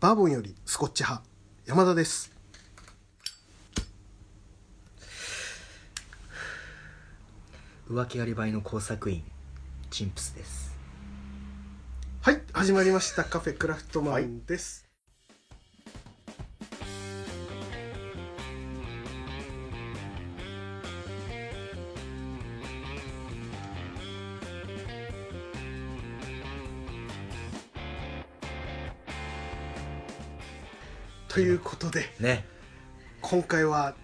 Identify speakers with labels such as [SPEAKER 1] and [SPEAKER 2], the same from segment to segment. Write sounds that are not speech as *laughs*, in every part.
[SPEAKER 1] バーボンよりスコッチ派山田です
[SPEAKER 2] 浮気アリバイの工作員チンプスです
[SPEAKER 1] はい始まりましたカフェクラフトマンです、ということで
[SPEAKER 2] ね
[SPEAKER 1] 今回は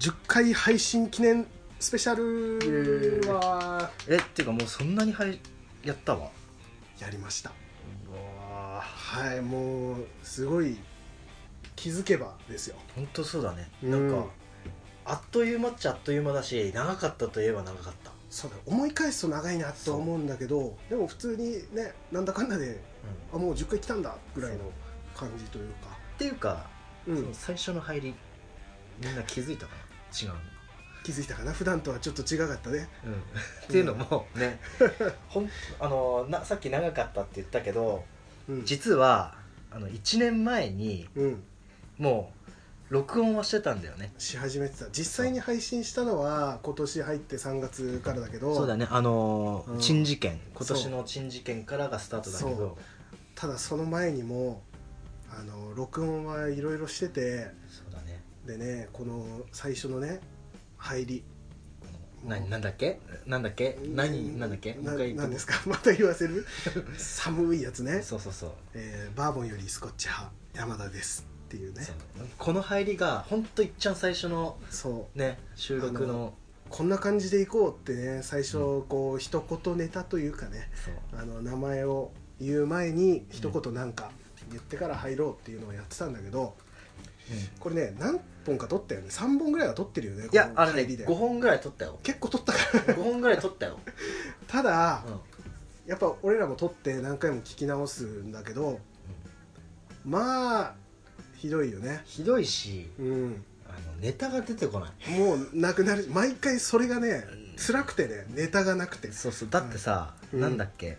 [SPEAKER 1] 10回配信記念スペシャルは
[SPEAKER 2] えっていうかもうそんなにはいやったわ
[SPEAKER 1] やりました
[SPEAKER 2] うわ
[SPEAKER 1] はいもうすごい気づけばですよ
[SPEAKER 2] 本当そうだね
[SPEAKER 1] うん
[SPEAKER 2] なんか、あっという間っちゃあっという間だし長かったといえば長かった、
[SPEAKER 1] そうだ思い返すと長いなとは思うんだけどでも普通にねなんだかんだであもう10回来たんだぐらいの感じというか
[SPEAKER 2] っていうか、
[SPEAKER 1] う
[SPEAKER 2] その
[SPEAKER 1] ん
[SPEAKER 2] 最初の入りみんな気づいたかな違うの
[SPEAKER 1] 気づいたかな普段とはちょっと違かったね
[SPEAKER 2] うんっていうのもね *laughs* ほんあのなさっき長かったって言ったけど
[SPEAKER 1] うん
[SPEAKER 2] 実はあの1年前に
[SPEAKER 1] うん
[SPEAKER 2] もう録音はしてたんだよね
[SPEAKER 1] し始めてた実際に配信したのは今年入って3月からだけど
[SPEAKER 2] そうだねあのー
[SPEAKER 1] うん
[SPEAKER 2] 珍事件今年の珍事件からがスタートだけ
[SPEAKER 1] そう
[SPEAKER 2] ど
[SPEAKER 1] ただその前にもあの録音はいろいろしてて
[SPEAKER 2] そうだね
[SPEAKER 1] でねこの最初のね入り
[SPEAKER 2] な
[SPEAKER 1] もう
[SPEAKER 2] なんだっけなんだっけ何なんだっけもう
[SPEAKER 1] な
[SPEAKER 2] 一回言って
[SPEAKER 1] なんですか *laughs* また言わせる寒いやつね、
[SPEAKER 2] そうそうそう,、
[SPEAKER 1] えーバーボンよりスコッチ派山田ですっていうね
[SPEAKER 2] そうこの入りが本当いっちゃん最初の
[SPEAKER 1] そう
[SPEAKER 2] ね収録
[SPEAKER 1] あ
[SPEAKER 2] の
[SPEAKER 1] こんな感じでいこうってね最初こう一言ネタというかね
[SPEAKER 2] そう
[SPEAKER 1] あの名前を言う前に一言なんか言ってから入ろうっていうのをやってたんだけどこれね何本か撮ったよね3本ぐらいは撮ってるよね
[SPEAKER 2] いや
[SPEAKER 1] この
[SPEAKER 2] あれ
[SPEAKER 1] 入り
[SPEAKER 2] ね
[SPEAKER 1] で
[SPEAKER 2] 5本ぐらい撮ったよ
[SPEAKER 1] *laughs* 結構撮ったから
[SPEAKER 2] 5本ぐらい撮ったよ、
[SPEAKER 1] ただ
[SPEAKER 2] うん
[SPEAKER 1] やっぱ俺らも撮って何回も聞き直すんだけどまあひどいよね
[SPEAKER 2] ひどいし
[SPEAKER 1] うん
[SPEAKER 2] あのネタが出てこない
[SPEAKER 1] もうなくなる毎回それがね
[SPEAKER 2] うん
[SPEAKER 1] 辛くてねネタがなくて
[SPEAKER 2] そうそうだってさ、
[SPEAKER 1] うん
[SPEAKER 2] なんだっけ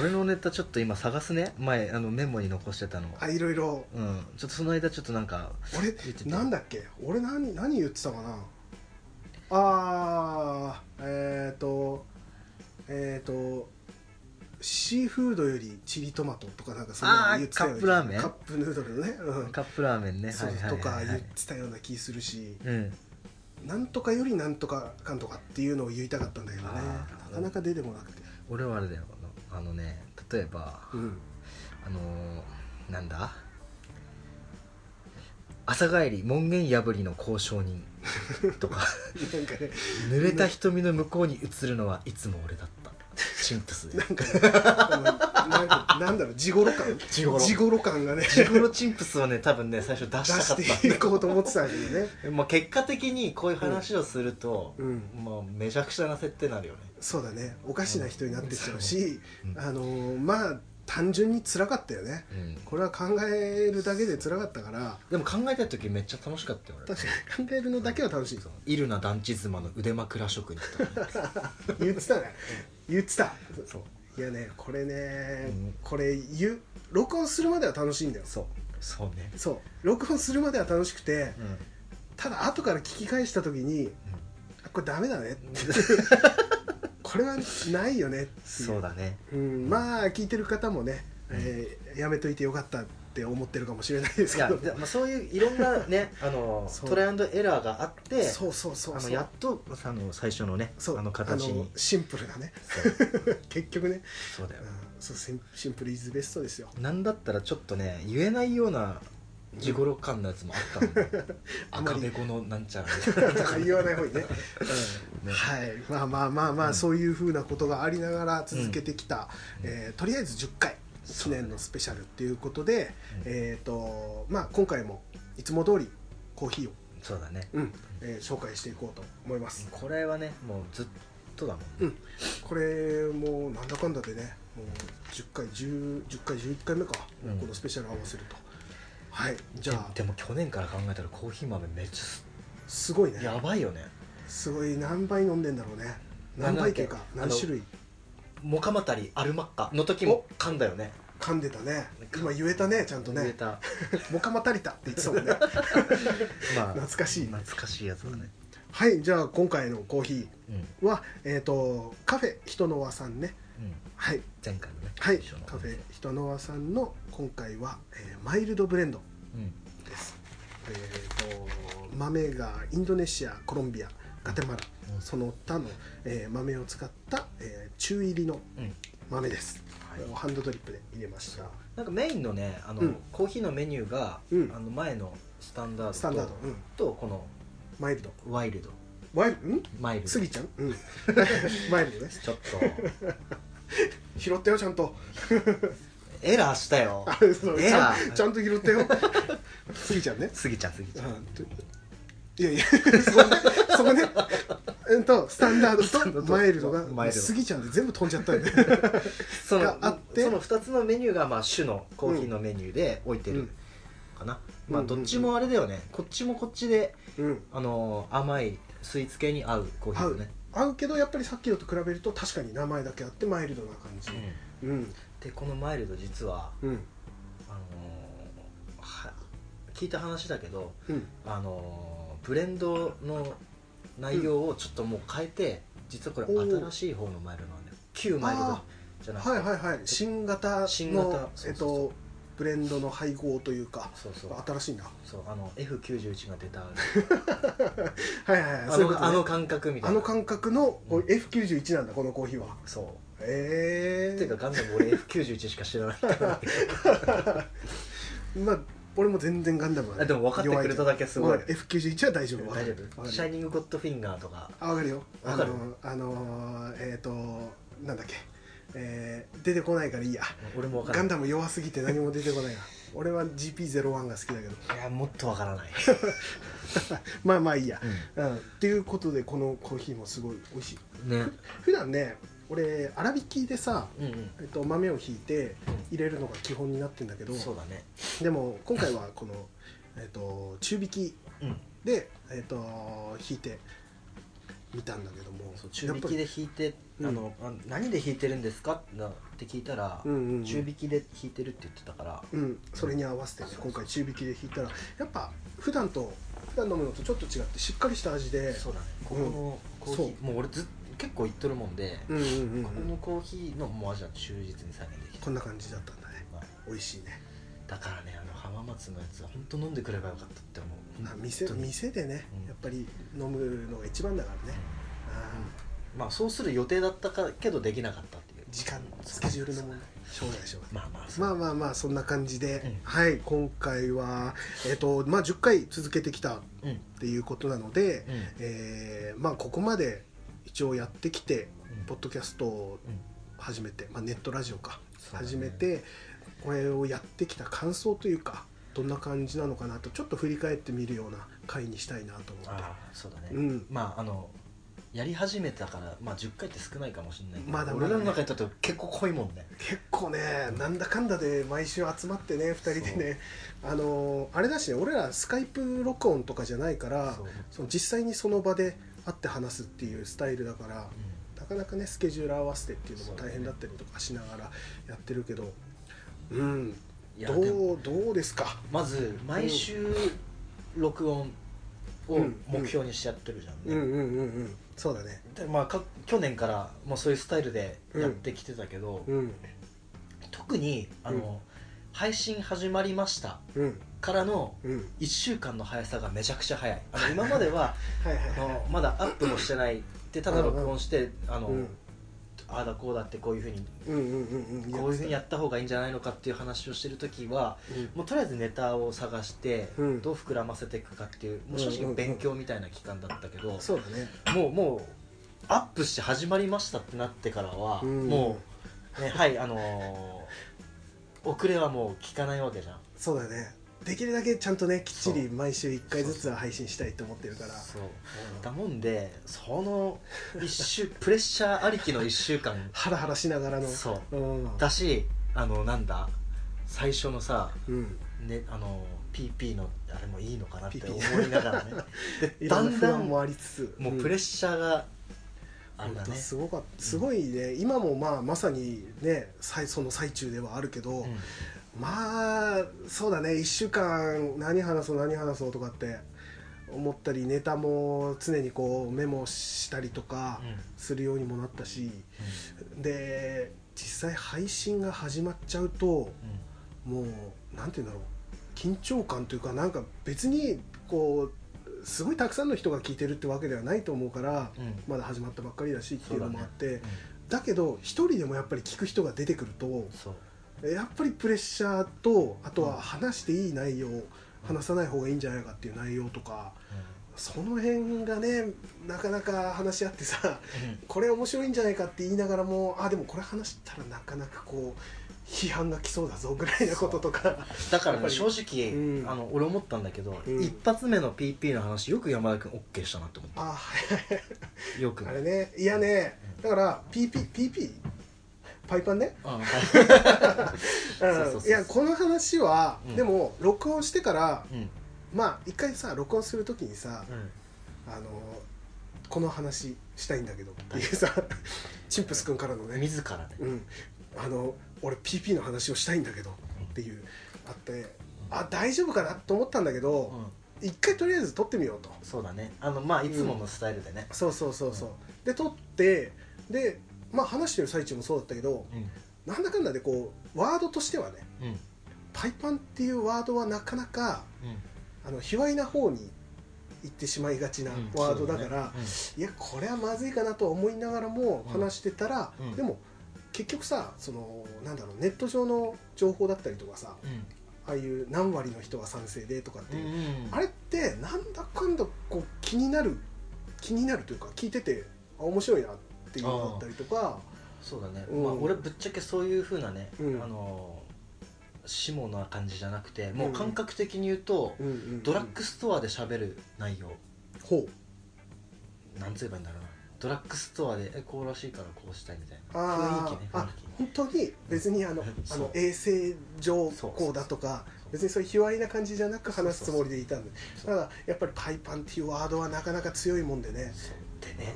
[SPEAKER 2] 俺のネタちょっと今探すね前あのメモに残してたの
[SPEAKER 1] あいろいろ
[SPEAKER 2] うんちょっとその間ちょっとなんか
[SPEAKER 1] 俺
[SPEAKER 2] 言ってた
[SPEAKER 1] なんだっけ俺何何言ってたかなあーえっ、ー、とえっ、ー、とシーフードよりチリトマトとかなんかそんなの言ってたよう
[SPEAKER 2] あーカッ
[SPEAKER 1] な
[SPEAKER 2] プラーメン
[SPEAKER 1] カップヌードルのね、うん、
[SPEAKER 2] カップラーメンね
[SPEAKER 1] そう
[SPEAKER 2] はいはい
[SPEAKER 1] と
[SPEAKER 2] は
[SPEAKER 1] か
[SPEAKER 2] い
[SPEAKER 1] 言っ
[SPEAKER 2] はい
[SPEAKER 1] てたような気するし
[SPEAKER 2] うん
[SPEAKER 1] なんとかよりなんとかかんとかっていうのを言いたかったんだけどね
[SPEAKER 2] あー
[SPEAKER 1] なかなか出てこなくて、
[SPEAKER 2] 俺はあれだよあのあのね例えば
[SPEAKER 1] うん、
[SPEAKER 2] あのーなんだ朝帰り門限破りの交渉人
[SPEAKER 1] *laughs*
[SPEAKER 2] とか
[SPEAKER 1] なんかね
[SPEAKER 2] 濡れた瞳の向こうに映るのはいつも俺だったチン
[SPEAKER 1] *laughs*
[SPEAKER 2] プスで
[SPEAKER 1] なんかねあのなんかなんだろう地頃感
[SPEAKER 2] 地頃
[SPEAKER 1] 地頃感がね
[SPEAKER 2] ジグロチンプスをね多分ね最初出
[SPEAKER 1] 出
[SPEAKER 2] したかった
[SPEAKER 1] していこうと思ってたんだよね
[SPEAKER 2] まあ、結果的にこういう話をすると、
[SPEAKER 1] うん
[SPEAKER 2] まあ、めちゃくちゃな設定になるよね
[SPEAKER 1] そうだねおかしな人になってっちゃうし、
[SPEAKER 2] うん
[SPEAKER 1] あのーまあ単純に辛かったよねこれは考えるだけで辛かったから
[SPEAKER 2] でも考えた時めっちゃ楽しかったよ俺
[SPEAKER 1] 確かに考えるのだけは楽しい
[SPEAKER 2] そうイルナ団地妻の腕枕職人
[SPEAKER 1] *laughs*
[SPEAKER 2] とかね
[SPEAKER 1] 言ってたね言ってた
[SPEAKER 2] そう
[SPEAKER 1] いやねこれね、
[SPEAKER 2] うん
[SPEAKER 1] これ言う録音するまでは楽しいんだよ
[SPEAKER 2] そうそうね
[SPEAKER 1] そう録音するまでは楽しくて
[SPEAKER 2] うん、うん
[SPEAKER 1] ただ後から聞き返した時にあこれダメだ
[SPEAKER 2] *laughs*
[SPEAKER 1] ねこれはないよねっていう
[SPEAKER 2] そうだね
[SPEAKER 1] うん、まあ聞いてる方もね、えーやめといてよかったって思ってるかもしれないです
[SPEAKER 2] い
[SPEAKER 1] け
[SPEAKER 2] や
[SPEAKER 1] ど
[SPEAKER 2] でまあそういういろんなね
[SPEAKER 1] *laughs*
[SPEAKER 2] あの
[SPEAKER 1] そう
[SPEAKER 2] トライアンドエラーがあって
[SPEAKER 1] そうそうそう
[SPEAKER 2] あ
[SPEAKER 1] そ
[SPEAKER 2] の
[SPEAKER 1] う
[SPEAKER 2] やっとあの最初のね
[SPEAKER 1] そう
[SPEAKER 2] あの形
[SPEAKER 1] あの
[SPEAKER 2] に
[SPEAKER 1] シンプルなね
[SPEAKER 2] そう
[SPEAKER 1] 結局ね、
[SPEAKER 2] そうだ
[SPEAKER 1] う
[SPEAKER 2] よ
[SPEAKER 1] ん、そうシンシンプルイズベストですよ
[SPEAKER 2] なんだったらちょっとね言えないような地頃感のやつもあったもんね、
[SPEAKER 1] *laughs* あま
[SPEAKER 2] 赤
[SPEAKER 1] り
[SPEAKER 2] べこのなんちゃら
[SPEAKER 1] *laughs* 言わない方にね、
[SPEAKER 2] ね
[SPEAKER 1] はいまあまあまあまあ、
[SPEAKER 2] うん
[SPEAKER 1] そういうふうなことがありながら続けてきた、
[SPEAKER 2] うん
[SPEAKER 1] えーとりあえず10回記念のスペシャルっていうことで、
[SPEAKER 2] うん
[SPEAKER 1] えっ、とまあ今回もいつも通りコーヒーを、
[SPEAKER 2] そうだね
[SPEAKER 1] うんえー紹介していこうと思います、
[SPEAKER 2] これはねもうずっとだもんね、
[SPEAKER 1] うん、これもうなんだかんだでねもう10回 10, 10回11回目か、
[SPEAKER 2] うん
[SPEAKER 1] このスペシャル合わせるとはいじ
[SPEAKER 2] じ
[SPEAKER 1] ゃ
[SPEAKER 2] ゃ
[SPEAKER 1] あ
[SPEAKER 2] でも去年から考えたらコーヒー豆めっちゃす
[SPEAKER 1] すごいね
[SPEAKER 2] やばいよね
[SPEAKER 1] すごい何杯飲んでんだろうね何
[SPEAKER 2] なんだ
[SPEAKER 1] 杯
[SPEAKER 2] っ
[SPEAKER 1] とい
[SPEAKER 2] け
[SPEAKER 1] うか
[SPEAKER 2] あの
[SPEAKER 1] 何種類
[SPEAKER 2] モカマタリアルマッカの時も噛んだよね
[SPEAKER 1] 噛んでたね今言えたねちゃんと
[SPEAKER 2] 言え
[SPEAKER 1] ね
[SPEAKER 2] た
[SPEAKER 1] 「もかまたりた」って言ってたもんね *laughs*
[SPEAKER 2] まあ
[SPEAKER 1] 懐かしい
[SPEAKER 2] 懐かしいやつだね
[SPEAKER 1] はいじゃあ今回のコーヒ
[SPEAKER 2] うん、うん
[SPEAKER 1] ーはえっ、とカフェ人の輪さんねはい
[SPEAKER 2] 前回のね
[SPEAKER 1] はい
[SPEAKER 2] 一緒の
[SPEAKER 1] カフェ人の輪さんの今回は、えーマイルドブレンド
[SPEAKER 2] うん
[SPEAKER 1] ですえっ、と豆がインドネシアコロンビアガテマラ
[SPEAKER 2] うん
[SPEAKER 1] その他の、えー豆を使った、えー中入りの
[SPEAKER 2] うん
[SPEAKER 1] 豆です、
[SPEAKER 2] はい
[SPEAKER 1] これをハンドドリップで入れました
[SPEAKER 2] なんかメインのねあの、
[SPEAKER 1] うん
[SPEAKER 2] コーヒーのメニューが、
[SPEAKER 1] うん
[SPEAKER 2] あの前のスタンダードと
[SPEAKER 1] スタンダード、うん、
[SPEAKER 2] とこの
[SPEAKER 1] マイルド
[SPEAKER 2] ワイルド
[SPEAKER 1] マイルん
[SPEAKER 2] マイルド
[SPEAKER 1] スギちゃん、うん、 *laughs* マイルドね
[SPEAKER 2] ちょっと
[SPEAKER 1] 拾ったよちゃんと
[SPEAKER 2] エラーしたよ
[SPEAKER 1] *laughs* あそう
[SPEAKER 2] エ
[SPEAKER 1] ちゃ
[SPEAKER 2] ラ
[SPEAKER 1] ん
[SPEAKER 2] ー
[SPEAKER 1] ちゃんと拾った *laughs* よスギちゃんね
[SPEAKER 2] スギちゃんスギちゃん
[SPEAKER 1] うんといやいやそこねそこねうんとスタンダー
[SPEAKER 2] スタン
[SPEAKER 1] ドと
[SPEAKER 2] ダード
[SPEAKER 1] マイルド
[SPEAKER 2] マイ
[SPEAKER 1] が
[SPEAKER 2] ルド
[SPEAKER 1] スギちゃんで全部飛んじゃ *laughs* ったよね
[SPEAKER 2] その
[SPEAKER 1] があって
[SPEAKER 2] その2つのメニューが、まあ、主のコーヒーのメニューで置いてるかな、
[SPEAKER 1] うん
[SPEAKER 2] まあ
[SPEAKER 1] うんうんう
[SPEAKER 2] ど
[SPEAKER 1] ん
[SPEAKER 2] っちもあれだよねこっちもこっちで、
[SPEAKER 1] うん
[SPEAKER 2] あのー甘いスイーツ系に合うコーヒーだね、
[SPEAKER 1] 合うけどやっぱりさっきのと比べると確かに名前だけあってマイルドな感じうん
[SPEAKER 2] でこのマイルド実は
[SPEAKER 1] うん
[SPEAKER 2] あのーは聞いた話だけど
[SPEAKER 1] うん
[SPEAKER 2] あのーブレンドの内容をちょっともう変えて、実はこれ新しい方のマイルドなんだよ旧マイルド
[SPEAKER 1] あ
[SPEAKER 2] じゃなくて、
[SPEAKER 1] はいはいはい新型の
[SPEAKER 2] 新型そうそうそう
[SPEAKER 1] えっとブレンドの配合というか
[SPEAKER 2] そうそう
[SPEAKER 1] 新しいな
[SPEAKER 2] そうあの F91 が出た
[SPEAKER 1] はいはいはい *laughs*
[SPEAKER 2] あ
[SPEAKER 1] そういうこ
[SPEAKER 2] のあ
[SPEAKER 1] と
[SPEAKER 2] の
[SPEAKER 1] ね
[SPEAKER 2] 感覚みた
[SPEAKER 1] あ
[SPEAKER 2] いな
[SPEAKER 1] の感覚のこう
[SPEAKER 2] うん
[SPEAKER 1] F91 なんだこのコーヒーは
[SPEAKER 2] そう
[SPEAKER 1] え
[SPEAKER 2] っ
[SPEAKER 1] え
[SPEAKER 2] ていうかガンダム俺 F91 しか知らないから
[SPEAKER 1] まあ俺も全然ガンダムはね
[SPEAKER 2] あでも分かってくれただけすごい
[SPEAKER 1] 弱けどまあ F91 は大丈夫
[SPEAKER 2] 大丈夫
[SPEAKER 1] わか
[SPEAKER 2] シャイ
[SPEAKER 1] る
[SPEAKER 2] ニングゴッドフィンガーとか
[SPEAKER 1] あわかるよあ
[SPEAKER 2] わかる
[SPEAKER 1] のあのーえっとなんだっけえー出てこないからいいや
[SPEAKER 2] 俺も分か
[SPEAKER 1] ガ
[SPEAKER 2] ら
[SPEAKER 1] ン
[SPEAKER 2] な
[SPEAKER 1] ダム弱すぎて何も出てこ
[SPEAKER 2] *laughs*
[SPEAKER 1] ないな俺は GP01 が好きだけど
[SPEAKER 2] いいやもっと分からない、
[SPEAKER 1] まあまあいいや、うん、っていうことでこのコーヒーもすごい美味しい
[SPEAKER 2] ね
[SPEAKER 1] 普段ね俺粗挽きでさ、
[SPEAKER 2] うんうん
[SPEAKER 1] えっと、豆をひいて入れるのが基本になってんだけど
[SPEAKER 2] そうだね
[SPEAKER 1] でも今回はこの、えっと、中挽き
[SPEAKER 2] うん
[SPEAKER 1] で、えっと、ひいてみたんだけども
[SPEAKER 2] そう中引き
[SPEAKER 1] やっ
[SPEAKER 2] で弾いてあの、あ何で弾いてるんですかなって聞いたら、
[SPEAKER 1] ぱりうんうんうん
[SPEAKER 2] 中引きで弾いてるって言ってたから、
[SPEAKER 1] うん、それに合わせてね今回中引きで引いたらやっぱ普段と普段飲むのとちょっと違ってしっかりした味で
[SPEAKER 2] そうだねここのコーヒー、もう俺ずっ結構行っとるもんで、
[SPEAKER 1] うんうんうんうん
[SPEAKER 2] ここのコーヒーのもう味は忠実に再現できた
[SPEAKER 1] こんな感じだったんだね
[SPEAKER 2] まあ
[SPEAKER 1] 美味しいね
[SPEAKER 2] だからねあの浜松のやつは本当飲んでくればよかったって思う
[SPEAKER 1] あ店
[SPEAKER 2] 本当に
[SPEAKER 1] 店でね、
[SPEAKER 2] うん
[SPEAKER 1] やっぱり飲むのが一番だからね、あ
[SPEAKER 2] まあそうする予定だったかけどできなかったっていう
[SPEAKER 1] ー時間スケジュールの問題しょうがないしょうがない
[SPEAKER 2] まあまあ
[SPEAKER 1] まあまあまあそんな感じで、
[SPEAKER 2] うん
[SPEAKER 1] はい今回は、えっとまあ、10回続けてきたっ
[SPEAKER 2] うんうん
[SPEAKER 1] ていうことなので、えーまあ、ここまで一応やってきてポッドキャストを
[SPEAKER 2] うん
[SPEAKER 1] 始めて、まあ、ネットラジオか、
[SPEAKER 2] そうだね
[SPEAKER 1] 始めてこれをやってきた感想というかどんな感じなのかなとちょっと振り返ってみるような回にしたいなと思って
[SPEAKER 2] ああそうだね、
[SPEAKER 1] うん
[SPEAKER 2] まああのやり始めたから、まあ、10回って少ないかもしれないけど
[SPEAKER 1] まだまだ
[SPEAKER 2] 俺らの中にとっては結構濃いもんね
[SPEAKER 1] 結構ねなんだかんだで毎週集まってね2人でねあのーあれだしね俺らスカイプ録音とかじゃないから
[SPEAKER 2] そう
[SPEAKER 1] その実際にその場で会って話すっていうスタイルだからなかなかねスケジュール合わせてっていうのも大変だったりとかしながらやってるけどうん
[SPEAKER 2] うんいや
[SPEAKER 1] ど
[SPEAKER 2] でも
[SPEAKER 1] うどうですか
[SPEAKER 2] まず毎週録音を目標にしちゃってるじゃん
[SPEAKER 1] う
[SPEAKER 2] ね、
[SPEAKER 1] んうんうんうんそうだね
[SPEAKER 2] でまあ、か去年からもうそういうスタイルでやってきてたけど、
[SPEAKER 1] うん
[SPEAKER 2] 特にあの、
[SPEAKER 1] うん
[SPEAKER 2] 配信始まりました
[SPEAKER 1] うん
[SPEAKER 2] からの
[SPEAKER 1] うん
[SPEAKER 2] 1週間の速さがめちゃくちゃ速いあの今までは
[SPEAKER 1] はいはい
[SPEAKER 2] あ
[SPEAKER 1] はい
[SPEAKER 2] のまだアップもしてないでただ録音してあの、
[SPEAKER 1] うん
[SPEAKER 2] ああだこうだってこういうふうに
[SPEAKER 1] うんうんうんうん
[SPEAKER 2] こういうふうにや
[SPEAKER 1] っ
[SPEAKER 2] った方がいいんじゃないのかっていう話をしてる時は
[SPEAKER 1] てたうん
[SPEAKER 2] もうとりあえずネタを探して、
[SPEAKER 1] うん
[SPEAKER 2] どう膨らませていくかっていうもう正
[SPEAKER 1] うんうんう
[SPEAKER 2] 直
[SPEAKER 1] ん
[SPEAKER 2] 勉強みたいな期間だったけど、
[SPEAKER 1] そうだね
[SPEAKER 2] もうもうアップして始まりましたってなってからは、
[SPEAKER 1] うん
[SPEAKER 2] もう、ね、はいあのー遅れはもう聞かないわけじゃん
[SPEAKER 1] そうだねできるだけちゃんとねきっち
[SPEAKER 2] そ
[SPEAKER 1] り
[SPEAKER 2] う
[SPEAKER 1] 毎週1回ずつは配信したいと思ってるから
[SPEAKER 2] そうだもんでその一週 *laughs* プレッシャーありきの1週間
[SPEAKER 1] ハラハラしながらの
[SPEAKER 2] そう
[SPEAKER 1] うん
[SPEAKER 2] だしあのなんだ最初のさ、
[SPEAKER 1] うん
[SPEAKER 2] ね、あの PP のあれもいいのかなって
[SPEAKER 1] PP *laughs*
[SPEAKER 2] 思いながらねで
[SPEAKER 1] い
[SPEAKER 2] だ
[SPEAKER 1] ろんなん不
[SPEAKER 2] だん
[SPEAKER 1] 安
[SPEAKER 2] も
[SPEAKER 1] もありつつ
[SPEAKER 2] うプレッ
[SPEAKER 1] シ
[SPEAKER 2] シャーがあれだ
[SPEAKER 1] 本当
[SPEAKER 2] ね
[SPEAKER 1] すごかったすごいね、今もまあまさにね最その最中ではあるけど、
[SPEAKER 2] うん
[SPEAKER 1] まあそうだね1週間何話そう何話そうとかって思ったりネタも常にこうメモしたりとか
[SPEAKER 2] うん
[SPEAKER 1] するようにもなったし、で実際配信が始まっちゃうともうなんて言うんだろう緊張感というかなんか別にこうすごいたくさんの人が聞いてるってわけではないと思うから、
[SPEAKER 2] うんうん
[SPEAKER 1] まだ始まったばっかりだしっていうのもあってだ,、
[SPEAKER 2] うん
[SPEAKER 1] けど一人でもやっぱり聞く人が出てくると
[SPEAKER 2] そう
[SPEAKER 1] やっぱりプレッシャーとあとは話していい内容、話さない方がいいんじゃないかっていう内容とかその辺がねなかなか話し合ってさこれ面白いんじゃないかって言いながらもあでもこれ話したらなかなかこう批判が来そうだぞぐらいなこととか
[SPEAKER 2] だか
[SPEAKER 1] や
[SPEAKER 2] ら
[SPEAKER 1] っぱ
[SPEAKER 2] ね
[SPEAKER 1] り
[SPEAKER 2] 正直、
[SPEAKER 1] うん
[SPEAKER 2] あの俺思ったんだけど、
[SPEAKER 1] うん
[SPEAKER 2] 一発目の PP の話よく山田君 OK したなって思っ
[SPEAKER 1] あはい
[SPEAKER 2] たよく
[SPEAKER 1] あれねいやねだから PPPP パイパンね
[SPEAKER 2] あはいそうそうそううん
[SPEAKER 1] いやこの話は、
[SPEAKER 2] うん
[SPEAKER 1] でも録音してから
[SPEAKER 2] うん
[SPEAKER 1] まあ一回さ録音するときにさ、
[SPEAKER 2] うん
[SPEAKER 1] あのこの話したいんだけどっていうさチンプス君から *laughs* のね、
[SPEAKER 2] 自らね
[SPEAKER 1] うん、あの俺 PP の話をしたいんだけどっていうあってあ大丈夫かなと思ったんだけど、
[SPEAKER 2] うん
[SPEAKER 1] 一回とりあえず撮ってみようと
[SPEAKER 2] そうだねあのまあいつものスタイルでね、
[SPEAKER 1] そうそうそうそう、で撮ってでまあ話してる最中もそうだったけど
[SPEAKER 2] うん
[SPEAKER 1] なんだかんだでこうワードとしてはね
[SPEAKER 2] うんうん
[SPEAKER 1] パイパンっていうワードはなかなかあの卑猥な方に行ってしまいがちな
[SPEAKER 2] うん
[SPEAKER 1] ワードだから、
[SPEAKER 2] そ
[SPEAKER 1] いやこれはまずいかなとは思いながらも
[SPEAKER 2] うん
[SPEAKER 1] 話してたら、
[SPEAKER 2] うん
[SPEAKER 1] でも結局さそのなんだろうネット上の情報だったりとかさ
[SPEAKER 2] うだね
[SPEAKER 1] ああいう何割の人が賛成でとかって
[SPEAKER 2] うん
[SPEAKER 1] いう、
[SPEAKER 2] うん
[SPEAKER 1] あれってなんだかんだこう気になる気になるというか聞いててあ面白いなっていうのだったりとか
[SPEAKER 2] そうだね、
[SPEAKER 1] うん
[SPEAKER 2] まあ俺ぶっちゃけそういうふうなね、
[SPEAKER 1] うん
[SPEAKER 2] あの下な感じじゃなくてもううん感覚的に言うと、
[SPEAKER 1] うんうんうん
[SPEAKER 2] ドラッグストアで喋る内容
[SPEAKER 1] ほう
[SPEAKER 2] なんつ言えばいいんだろうなドラッグストアでえこうらしいからこうしたいみたいな
[SPEAKER 1] あー
[SPEAKER 2] 雰囲気ね雰
[SPEAKER 1] あ本当に別にあのあ
[SPEAKER 2] そう
[SPEAKER 1] の衛生上
[SPEAKER 2] そう
[SPEAKER 1] こうだとか
[SPEAKER 2] そう
[SPEAKER 1] 別にそういう卑猥な感じじゃなく話すつもりでいたんで
[SPEAKER 2] 囲気そ
[SPEAKER 1] た
[SPEAKER 2] う
[SPEAKER 1] だやっぱりパイパンっていうワードはなかなか強いもんでね
[SPEAKER 2] そうでね、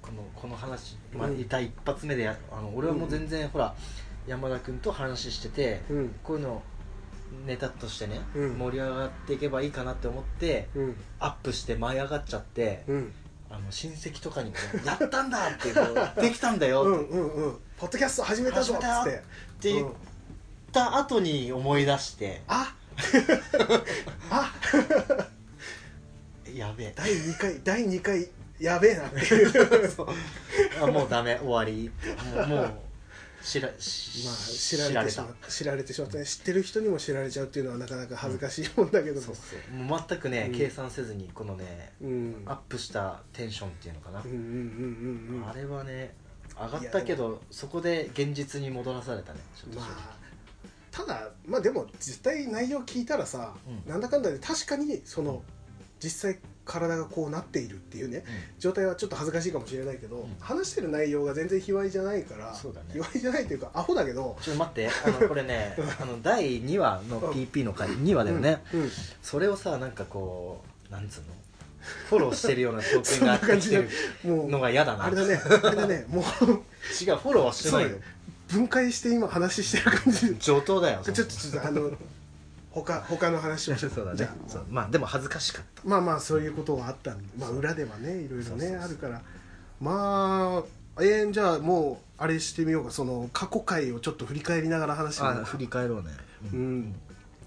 [SPEAKER 2] このこの話、まあ、
[SPEAKER 1] うん
[SPEAKER 2] いた一発目でやあの俺はもう全然、ほら山田君と話してて、
[SPEAKER 1] うんうん
[SPEAKER 2] こういうのネタとしてね、
[SPEAKER 1] うん
[SPEAKER 2] 盛り上がっていけばいいかなって思って
[SPEAKER 1] うん
[SPEAKER 2] アップして舞い上がっちゃって、
[SPEAKER 1] うん
[SPEAKER 2] あの親戚とかにも「 *laughs* やったんだ!」ってこう「できたんだよ!」
[SPEAKER 1] う
[SPEAKER 2] っ
[SPEAKER 1] んうんうんポッドキャスト始めたぞっつ
[SPEAKER 2] 始
[SPEAKER 1] っ
[SPEAKER 2] めたよ
[SPEAKER 1] て
[SPEAKER 2] て言
[SPEAKER 1] う
[SPEAKER 2] っ
[SPEAKER 1] ん
[SPEAKER 2] た後に思い出して
[SPEAKER 1] ああ
[SPEAKER 2] 「やべえ」 *laughs*
[SPEAKER 1] 第2回第2回やべえなっていう
[SPEAKER 2] あもうダメ終わりもうもう知
[SPEAKER 1] *laughs*
[SPEAKER 2] らし
[SPEAKER 1] まあ知られてしまっ知られてしまったね知ってる人にも知られちゃうっていうのはなかなか恥ずかしいもんだけど
[SPEAKER 2] そう
[SPEAKER 1] も
[SPEAKER 2] そうもう全くね、
[SPEAKER 1] うん
[SPEAKER 2] 計算せずにこのね
[SPEAKER 1] うん
[SPEAKER 2] アップしたテンションっていうのかな、
[SPEAKER 1] うんうんうんうんうん
[SPEAKER 2] あれはね上がったけどそこで現実に戻らされたねちょっと
[SPEAKER 1] ま
[SPEAKER 2] 正直
[SPEAKER 1] あただまあでも絶対内容聞いたらさ、
[SPEAKER 2] うん
[SPEAKER 1] なんだかんだで確かにその実際体がこうなっているっていうね状態はちょっと恥ずかしいかもしれないけど、
[SPEAKER 2] うん
[SPEAKER 1] 話してる内容が全然卑猥じゃないから、
[SPEAKER 2] そうだね
[SPEAKER 1] 卑猥じゃないというかアホだけど
[SPEAKER 2] ちょっと待ってあのこ
[SPEAKER 1] *laughs*
[SPEAKER 2] れねあの第2話の PP の回2話だよね、
[SPEAKER 1] うんうん
[SPEAKER 2] それをさなんかこうなんつうのフォローしてるような証券があっ
[SPEAKER 1] そんな
[SPEAKER 2] て
[SPEAKER 1] 感
[SPEAKER 2] き
[SPEAKER 1] じ
[SPEAKER 2] て
[SPEAKER 1] で
[SPEAKER 2] る
[SPEAKER 1] もう
[SPEAKER 2] のが嫌だな
[SPEAKER 1] あれだねあれだねもう
[SPEAKER 2] 違うフォローは *laughs* してないよ
[SPEAKER 1] 分解して今話してる感じ
[SPEAKER 2] 上等だよ
[SPEAKER 1] ちょっとちょっとあの他他の話をしよ
[SPEAKER 2] *laughs* そうだ
[SPEAKER 1] じ
[SPEAKER 2] ね
[SPEAKER 1] ゃあ
[SPEAKER 2] そうまあでも恥ずかしかっ
[SPEAKER 1] まあまあそういうことはあったんで、まあ、裏ではねいろい
[SPEAKER 2] そ
[SPEAKER 1] ろ
[SPEAKER 2] うそうそ
[SPEAKER 1] ね
[SPEAKER 2] う
[SPEAKER 1] あるからまあえー、じゃあもうあれしてみようかその過去回をちょっと振り返りながら話してみよ
[SPEAKER 2] た
[SPEAKER 1] うか
[SPEAKER 2] 振り返ろうね
[SPEAKER 1] う
[SPEAKER 2] うん
[SPEAKER 1] ん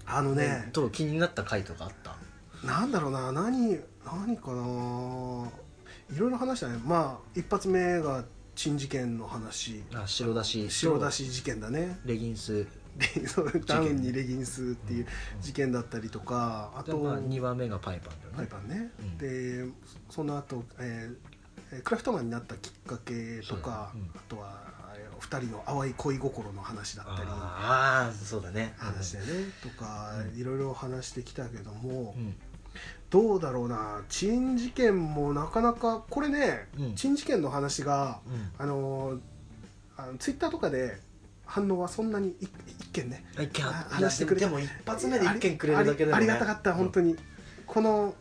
[SPEAKER 1] あのね
[SPEAKER 2] どう気になった回とかあった
[SPEAKER 1] なんだろうな何何かないろいろ話したねまあ一発目が珍事件の話
[SPEAKER 2] あ白だし
[SPEAKER 1] 白出し事件だね
[SPEAKER 2] レギンス
[SPEAKER 1] でその *laughs* ダウンにレギンスっていう事件だったりとかあ
[SPEAKER 2] で
[SPEAKER 1] と
[SPEAKER 2] まあ2話目がパイパンだよね
[SPEAKER 1] パイパンね、
[SPEAKER 2] うん
[SPEAKER 1] でその後、えーえークラフトマンになったきっかけとか、
[SPEAKER 2] そうだねうん
[SPEAKER 1] あとはあれお二人の淡い恋心の話だったり
[SPEAKER 2] ああそうだね
[SPEAKER 1] 話だよね、とか
[SPEAKER 2] う
[SPEAKER 1] いろいろ話してきたけども、
[SPEAKER 2] うん
[SPEAKER 1] どうだろうな珍事件もなかなかこれね、
[SPEAKER 2] うん
[SPEAKER 1] 珍事件の話が
[SPEAKER 2] うん
[SPEAKER 1] あのーあのツイッターとかで反応はそんなにい一件ね
[SPEAKER 2] あいけ
[SPEAKER 1] あ
[SPEAKER 2] いや
[SPEAKER 1] 話してくれた
[SPEAKER 2] でも一発目で一件くれるだけでも
[SPEAKER 1] ありあり
[SPEAKER 2] ね
[SPEAKER 1] ありがたかった本当に、この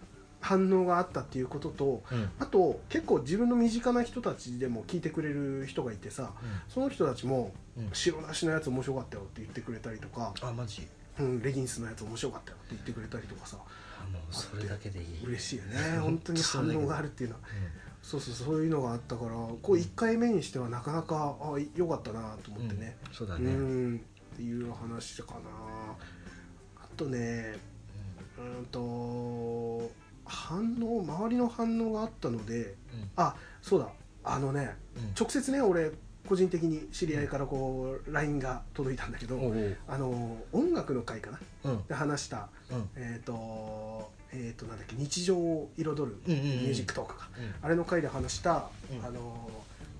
[SPEAKER 1] 反応があったっていうことと
[SPEAKER 2] うん
[SPEAKER 1] あと結構自分の身近な人たちでも聞いてくれる人がいてさその人たちも
[SPEAKER 2] うん
[SPEAKER 1] 「白なしのやつ面白かったよ」って言ってくれたりとか
[SPEAKER 2] あマジ
[SPEAKER 1] 「うん、レギンスのやつ面白かったよ」って言ってくれたりとかさ
[SPEAKER 2] あもうそれだけでいい
[SPEAKER 1] 嬉しいよね *laughs* 本当に反応があるっていうのは
[SPEAKER 2] う
[SPEAKER 1] そうそうそういうのがあったからこう1回目にしてはなかなかあ良かったなと
[SPEAKER 2] ん
[SPEAKER 1] 思ってね、
[SPEAKER 2] うんそうだ
[SPEAKER 1] うん
[SPEAKER 2] ねうん
[SPEAKER 1] っていう話かなあとねうーんと反応周りの反応があったのであそうだあのね
[SPEAKER 2] うん
[SPEAKER 1] 直接ね俺個人的に知り合いからこう LINE が届いたんだけど、
[SPEAKER 2] おう
[SPEAKER 1] あの音楽の会かな
[SPEAKER 2] うん
[SPEAKER 1] で話した
[SPEAKER 2] うん
[SPEAKER 1] えっ、とえっ、となんだっけ日常を彩る
[SPEAKER 2] うんうん
[SPEAKER 1] ミ
[SPEAKER 2] ミ
[SPEAKER 1] ュージックトークか、
[SPEAKER 2] うん
[SPEAKER 1] あれの回で話した、
[SPEAKER 2] うん
[SPEAKER 1] あの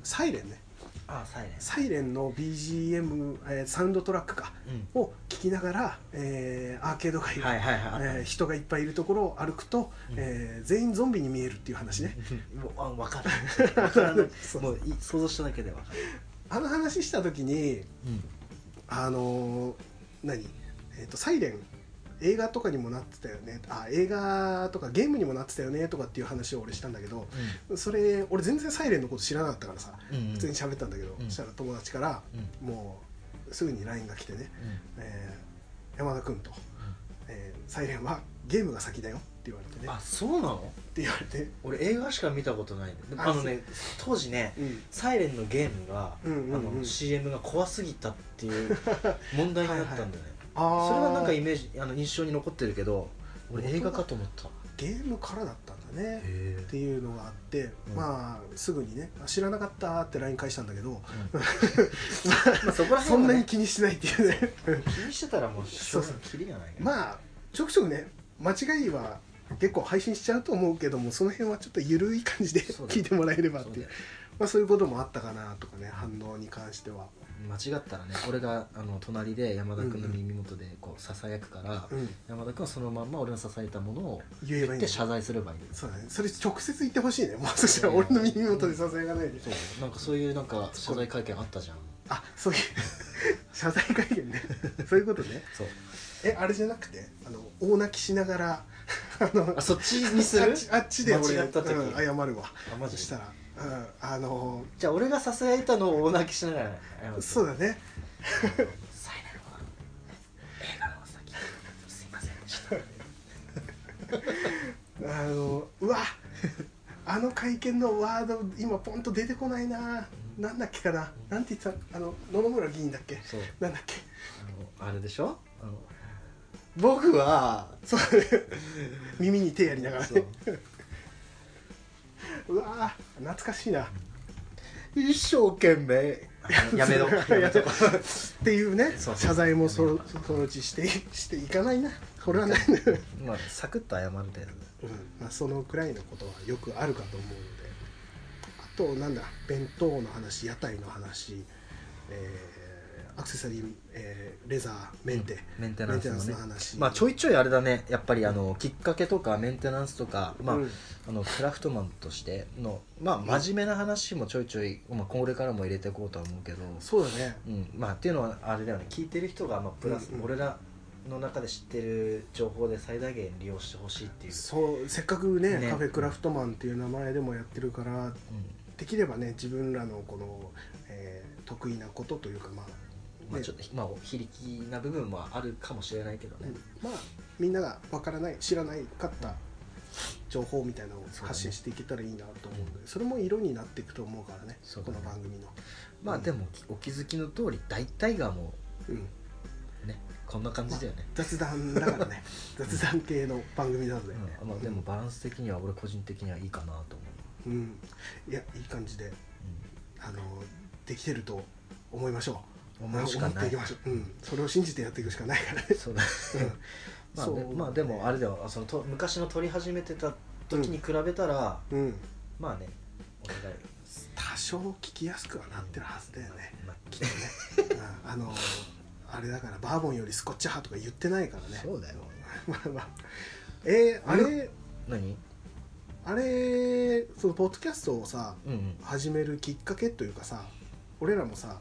[SPEAKER 1] サイレンね
[SPEAKER 2] あサイレン
[SPEAKER 1] サイレンの BGM、えーサウンドトラックか
[SPEAKER 2] うん
[SPEAKER 1] を聴きながら、えーアーケード街を、
[SPEAKER 2] はいはいはい
[SPEAKER 1] えー人がいっぱいいるところを歩くと、
[SPEAKER 2] うん
[SPEAKER 1] えー全員ゾンビに見えるっていう話ね、
[SPEAKER 2] もうあ分 *laughs* かるわからない
[SPEAKER 1] そう
[SPEAKER 2] もうい想像しただけで分かる
[SPEAKER 1] あの話した時にあのー何、えーと「サイレン映画とかにもなってたよねあ映画とかゲームにもなってたよねとかっていう話を俺したんだけどそれ俺全然「サイレンのこと知らなかったからさ
[SPEAKER 2] うん
[SPEAKER 1] 普通に喋ったんだけど、
[SPEAKER 2] うん
[SPEAKER 1] そしたら友達から
[SPEAKER 2] うん
[SPEAKER 1] もうすぐに LINE が来てね「えー山田君と、えーサイレンはゲームが先だよ」って言われてね
[SPEAKER 2] あそうなの
[SPEAKER 1] って言われて、
[SPEAKER 2] 俺映画しか見たことないんだよで
[SPEAKER 1] あ
[SPEAKER 2] あのね当時ね
[SPEAKER 1] うん
[SPEAKER 2] サイレンのゲームが、
[SPEAKER 1] うんうんうん
[SPEAKER 2] あの CM が怖すぎたっていう問題になったんだよね
[SPEAKER 1] あ
[SPEAKER 2] それはなんかイ
[SPEAKER 1] ー
[SPEAKER 2] メージあの印象に残ってるけど俺映画かと思った
[SPEAKER 1] ゲームからだったんだね
[SPEAKER 2] へ
[SPEAKER 1] っていうのがあって、
[SPEAKER 2] うん
[SPEAKER 1] まあすぐにね「あ知らなかった」って LINE 返したんだけど、 *laughs*
[SPEAKER 2] まあそこら
[SPEAKER 1] そ
[SPEAKER 2] 辺
[SPEAKER 1] ん
[SPEAKER 2] は
[SPEAKER 1] な
[SPEAKER 2] ね
[SPEAKER 1] に気にしないっていうね
[SPEAKER 2] 気にしてたらもうしょうがないキリがないから
[SPEAKER 1] まあちょくちょくね間違いは結構配信しちゃうと思うけどもその辺はちょっと緩い感じで
[SPEAKER 2] そうだね
[SPEAKER 1] 聞いてもらえればっ
[SPEAKER 2] そう
[SPEAKER 1] て
[SPEAKER 2] だ
[SPEAKER 1] いう
[SPEAKER 2] よ
[SPEAKER 1] まあ、そういうこともあったかなとかね反応に関しては、
[SPEAKER 2] 間違ったらね俺があの隣で山田君の耳元でこうささやくから、
[SPEAKER 1] うん、
[SPEAKER 2] 山田君はそのまんま俺のささやいたものを
[SPEAKER 1] 言えば
[SPEAKER 2] 言
[SPEAKER 1] いい
[SPEAKER 2] っ
[SPEAKER 1] んだ
[SPEAKER 2] て謝罪すればいいんです
[SPEAKER 1] そうだねそれ直接言ってほしいねもうそしたら俺の耳元でささやかないで、
[SPEAKER 2] そうなんかそういうなんか謝罪会見あったじゃん
[SPEAKER 1] あそういう *laughs* 謝罪会見ねそういうことね
[SPEAKER 2] そう
[SPEAKER 1] えあれじゃなくてあの大泣きしながらあの
[SPEAKER 2] あそっちにす
[SPEAKER 1] あっ
[SPEAKER 2] る
[SPEAKER 1] ちあっちで俺
[SPEAKER 2] 間違った時
[SPEAKER 1] うん謝るわ
[SPEAKER 2] あマジ
[SPEAKER 1] そ
[SPEAKER 2] で
[SPEAKER 1] したら、うん、あの
[SPEAKER 2] じゃあ俺がささやいたのを大泣きしながら謝る
[SPEAKER 1] そうだね
[SPEAKER 2] サイレンは映画の先すいませんでした
[SPEAKER 1] あのうわ *laughs* あの会見のワード今ポンと出てこないななんだっけかななんて言ってたあの野々村議員だっけ
[SPEAKER 2] そう
[SPEAKER 1] なんだっけ
[SPEAKER 2] あのあれでしょあの僕は
[SPEAKER 1] そう *laughs* 耳に手やりながら
[SPEAKER 2] そう
[SPEAKER 1] ね *laughs* うわ懐かしいなっ
[SPEAKER 2] 一生懸命あのや
[SPEAKER 1] *laughs*
[SPEAKER 2] めろ *laughs* やめろ
[SPEAKER 1] ていうね
[SPEAKER 2] そう
[SPEAKER 1] 謝罪もそそそのうちしていしていかないなこれはないな、
[SPEAKER 2] まあサクッと謝るみたいな
[SPEAKER 1] うんまあ、そのくらいのことはよくあるかと思うのであとなんだ弁当の話屋台の話、えーアクセサリー、えーレザーメンテ、
[SPEAKER 2] メンテナ
[SPEAKER 1] メン
[SPEAKER 2] ン
[SPEAKER 1] テ
[SPEAKER 2] ス
[SPEAKER 1] ナン
[SPEAKER 2] の
[SPEAKER 1] ス
[SPEAKER 2] ね
[SPEAKER 1] の話
[SPEAKER 2] まあちょいちょいあれだねやっぱりあのきっかけとかメンテナンスとかまあ、
[SPEAKER 1] うん
[SPEAKER 2] あのクラフトマンとしてのまあ真面目な話もちょいちょい、まあ、これからも入れていこうとは思うけど
[SPEAKER 1] そうだね
[SPEAKER 2] うんまあっていうのはあれだよね聞いてる人がまあプラス、
[SPEAKER 1] うんうん
[SPEAKER 2] 俺らの中で知ってる情報で最大限利用してほしいっていう、
[SPEAKER 1] そうせっかくね
[SPEAKER 2] ね
[SPEAKER 1] カフェクラフトマンっていう名前でもやってるから
[SPEAKER 2] うん
[SPEAKER 1] できればね自分らのこの、えー得意なことというかまあ、ね
[SPEAKER 2] まあ、ちょっと、まあ非力な部分もあるかもしれないけど
[SPEAKER 1] う
[SPEAKER 2] ね
[SPEAKER 1] ん、まあみんながわからない知らないかった情報みたいなのを
[SPEAKER 2] そうだね
[SPEAKER 1] 発信していけたらいいなと思うのでそれも色になっていくと思うからね
[SPEAKER 2] そう
[SPEAKER 1] こ
[SPEAKER 2] だね
[SPEAKER 1] の番組の、
[SPEAKER 2] まあでもお気づきの通り大体がも
[SPEAKER 1] うん、
[SPEAKER 2] うねこんな感じだよね、
[SPEAKER 1] 雑談だからね雑談系の番組なので、
[SPEAKER 2] うんまあ、でもバランス的には俺個人的にはいいかなと思
[SPEAKER 1] うん、いやいい感じであのできてると思いましょう
[SPEAKER 2] 思うしかない
[SPEAKER 1] 思っていきましょう、うん、それを信じてやっていくしかないからね
[SPEAKER 2] う、ん、 *laughs* そうだ
[SPEAKER 1] う
[SPEAKER 2] ね
[SPEAKER 1] ん
[SPEAKER 2] まあ、
[SPEAKER 1] そう
[SPEAKER 2] でまあでもあれだよそのと昔の撮り始めてた時に比べたら、
[SPEAKER 1] うん、
[SPEAKER 2] まあねお互い
[SPEAKER 1] 多少聞きやすくはなってるはずだよね、
[SPEAKER 2] まあ
[SPEAKER 1] きっとね、うんあのあれだからバーボンよりスコッチ派とか言ってないからね
[SPEAKER 2] そうだよ
[SPEAKER 1] *laughs* まあまあえーあれ、
[SPEAKER 2] 何
[SPEAKER 1] あれそのポッドキャストをさ
[SPEAKER 2] うんうん
[SPEAKER 1] 始めるきっかけというかさ俺らもさ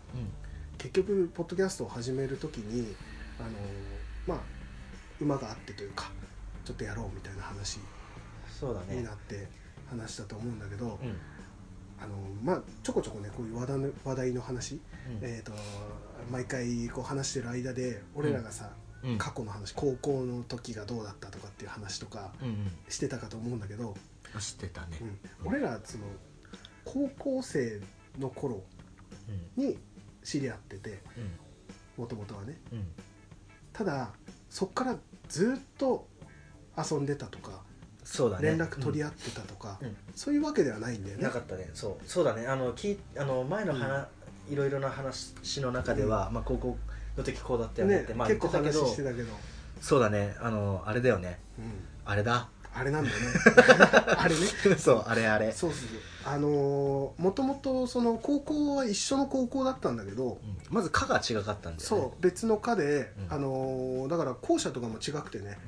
[SPEAKER 1] 結局ポッドキャストを始める時にあのまあ馬があってというかちょっとやろうみたいな話
[SPEAKER 2] そうだね
[SPEAKER 1] になって話したと思うんだけど、
[SPEAKER 2] うん
[SPEAKER 1] あのまあ、ちょこちょこねこういう話題の話題の話、えー、と毎回こう話してる間で俺らがさ、
[SPEAKER 2] うん
[SPEAKER 1] 過去の話高校の時がどうだったとかっていう話とか
[SPEAKER 2] うんうん
[SPEAKER 1] してたかと思うんだけど、
[SPEAKER 2] あ知ってたね
[SPEAKER 1] うん俺らその高校生の頃
[SPEAKER 2] うん
[SPEAKER 1] に知り合っててもともとはね
[SPEAKER 2] うんうん
[SPEAKER 1] ただそっからずっと遊んでたとか
[SPEAKER 2] そうだね
[SPEAKER 1] 連絡取り
[SPEAKER 2] 合
[SPEAKER 1] 合ってたとか、
[SPEAKER 2] うん
[SPEAKER 1] そういうわけではないんだよね
[SPEAKER 2] なかったねそうそうだねあのきあの前の話、いろいろな話の中では、まあ、高校の時こうだったよねっ
[SPEAKER 1] ね
[SPEAKER 2] て、まあ、
[SPEAKER 1] 結構
[SPEAKER 2] 言って
[SPEAKER 1] 話
[SPEAKER 2] たけど
[SPEAKER 1] してたけど、
[SPEAKER 2] そうだねあのあれだよね
[SPEAKER 1] うん、
[SPEAKER 2] あれだ
[SPEAKER 1] あれなん
[SPEAKER 2] *laughs*
[SPEAKER 1] だよねあれね
[SPEAKER 2] そうあれあれ
[SPEAKER 1] そうっすあのーもともとその高校は一緒の高校だったんだけど、
[SPEAKER 2] うんまず「か」が違かったんだよね
[SPEAKER 1] そう別の科で、
[SPEAKER 2] うん
[SPEAKER 1] あのーだから校舎とかも違くてね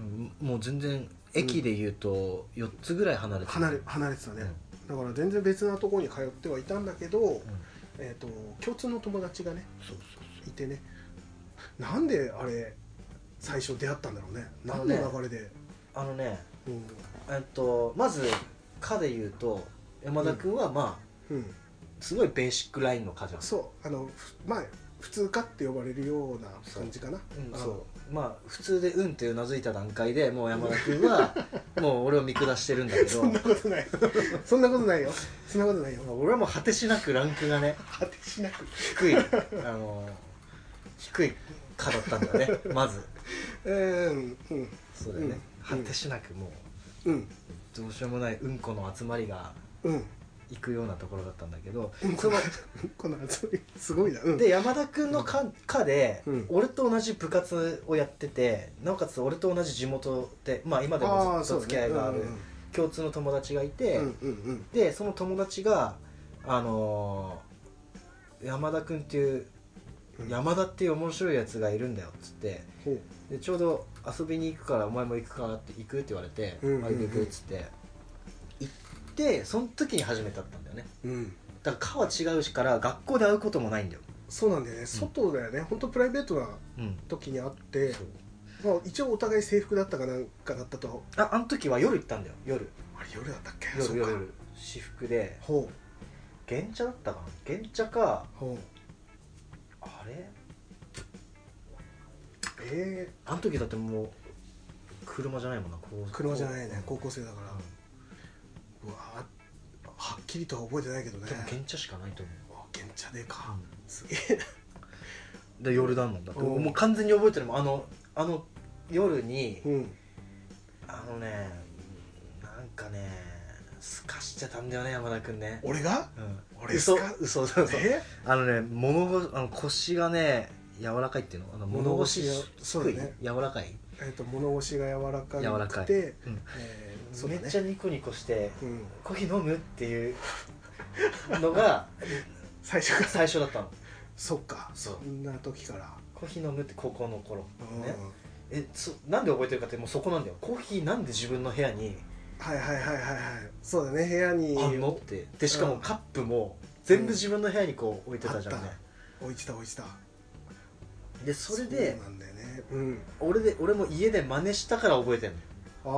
[SPEAKER 2] うんもう全然駅で言うと4つぐらい離れてる
[SPEAKER 1] 離れ離れてたね、だから全然別なところに通ってはいたんだけど、
[SPEAKER 2] うんうん
[SPEAKER 1] えー、と共通の友達がね
[SPEAKER 2] そうそう
[SPEAKER 1] いてねなんであれ最初出会ったんだろうね何の流れで、
[SPEAKER 2] あのね
[SPEAKER 1] うん
[SPEAKER 2] えっとまず「か」で言うと山田君はまあ、
[SPEAKER 1] うん、
[SPEAKER 2] すごいベーシックラインの「か」じゃん
[SPEAKER 1] そうあのふまあ普通科って呼ばれるような感じかな
[SPEAKER 2] うん
[SPEAKER 1] あの
[SPEAKER 2] そうまあ普通で「うん」ってうなずいた段階でもう山田君はもう俺を見下してるんだけど
[SPEAKER 1] *laughs* そんなことないそんなことないよそんなことないよ
[SPEAKER 2] 俺はもう果てしなくランクがね
[SPEAKER 1] 果てしなく
[SPEAKER 2] 低いあの低い「か」だったんだよね
[SPEAKER 1] *laughs*
[SPEAKER 2] まず
[SPEAKER 1] うんうん
[SPEAKER 2] そうだよね、
[SPEAKER 1] うん
[SPEAKER 2] 果てしなくもう
[SPEAKER 1] うん
[SPEAKER 2] どうしようもないうんこの集まりが
[SPEAKER 1] うん
[SPEAKER 2] 行くようなところだったんだけど、
[SPEAKER 1] うん
[SPEAKER 2] その
[SPEAKER 1] この集まりすごいなうん
[SPEAKER 2] *laughs* で山田君の課課で、
[SPEAKER 1] うん
[SPEAKER 2] 俺と同じ部活をやっててなおかつ俺と同じ地元で、まあ、今でもずっと付き合いがある共通の友達がいて、
[SPEAKER 1] うんうんうん
[SPEAKER 2] でその友達があのー山田君っていう、
[SPEAKER 1] うん
[SPEAKER 2] 山田っていう面白いやつがいるんだよっつって
[SPEAKER 1] ほ
[SPEAKER 2] でちょうど遊びに行くからお前も行くかって行くって言われて「
[SPEAKER 1] うんうんうん
[SPEAKER 2] あ行く行く」っつって行ってその時に初めて会ったんだよね
[SPEAKER 1] ううん
[SPEAKER 2] だから課は違うしから学校で会うこともないんだよ
[SPEAKER 1] そうなんだよね外だよね本当プライベートな
[SPEAKER 2] うん
[SPEAKER 1] 時にあってまあ一応お互い制服だったかなんかだったとは
[SPEAKER 2] ああの時は夜行ったんだよ夜
[SPEAKER 1] あれ夜だったっけそ
[SPEAKER 2] 夜
[SPEAKER 1] うか
[SPEAKER 2] 夜夜私服で
[SPEAKER 1] ほ
[SPEAKER 2] 原茶だったかな原茶か
[SPEAKER 1] うほう
[SPEAKER 2] あれ
[SPEAKER 1] え
[SPEAKER 2] あの時だってもう車じゃないもんなこう
[SPEAKER 1] ー車じゃないね
[SPEAKER 2] こ
[SPEAKER 1] 高校生だから
[SPEAKER 2] う
[SPEAKER 1] うわーはっきりとは覚えてないけど
[SPEAKER 2] う
[SPEAKER 1] ね
[SPEAKER 2] でも原茶しかないと思
[SPEAKER 1] あゲンチャで
[SPEAKER 2] う
[SPEAKER 1] か、すげえ
[SPEAKER 2] で夜だもんだって
[SPEAKER 1] うん
[SPEAKER 2] もう完全に覚えてるもんあのあの夜に
[SPEAKER 1] うん
[SPEAKER 2] あのねなんかねすかしてたんだよね山田君ね
[SPEAKER 1] 俺が
[SPEAKER 2] うん
[SPEAKER 1] 俺
[SPEAKER 2] 嘘
[SPEAKER 1] すか
[SPEAKER 2] 嘘そうそう
[SPEAKER 1] え
[SPEAKER 2] あのね物腰あの腰がね柔らかいっていうのあの物腰
[SPEAKER 1] 物腰やそうだ
[SPEAKER 2] 低い、
[SPEAKER 1] ね
[SPEAKER 2] 柔らかい、
[SPEAKER 1] えー、と物腰が柔らかくて
[SPEAKER 2] 柔らかい
[SPEAKER 1] え
[SPEAKER 2] うん
[SPEAKER 1] ーそうだ
[SPEAKER 2] めっちゃ
[SPEAKER 1] ね
[SPEAKER 2] ニコニコして、
[SPEAKER 1] うん、
[SPEAKER 2] コーヒー飲むっていうのが
[SPEAKER 1] 最初から
[SPEAKER 2] 最初だったの
[SPEAKER 1] そっか
[SPEAKER 2] そうん
[SPEAKER 1] な時から、
[SPEAKER 2] コーヒー飲むって高校の頃
[SPEAKER 1] うん
[SPEAKER 2] ねえそなんで覚えてるかってもうそこなんだよコーヒーなんで自分の部屋に
[SPEAKER 1] はいはいはいはいはいそうだね部屋に
[SPEAKER 2] あんの
[SPEAKER 1] 置
[SPEAKER 2] ってでしか
[SPEAKER 1] う
[SPEAKER 2] も
[SPEAKER 1] ん
[SPEAKER 2] カップも全部自分の部屋にこう置いてたじゃんね
[SPEAKER 1] あいてた置いてた
[SPEAKER 2] でそれで
[SPEAKER 1] うなんだよねうん
[SPEAKER 2] 俺で俺も家で真似したから覚えてんの
[SPEAKER 1] あ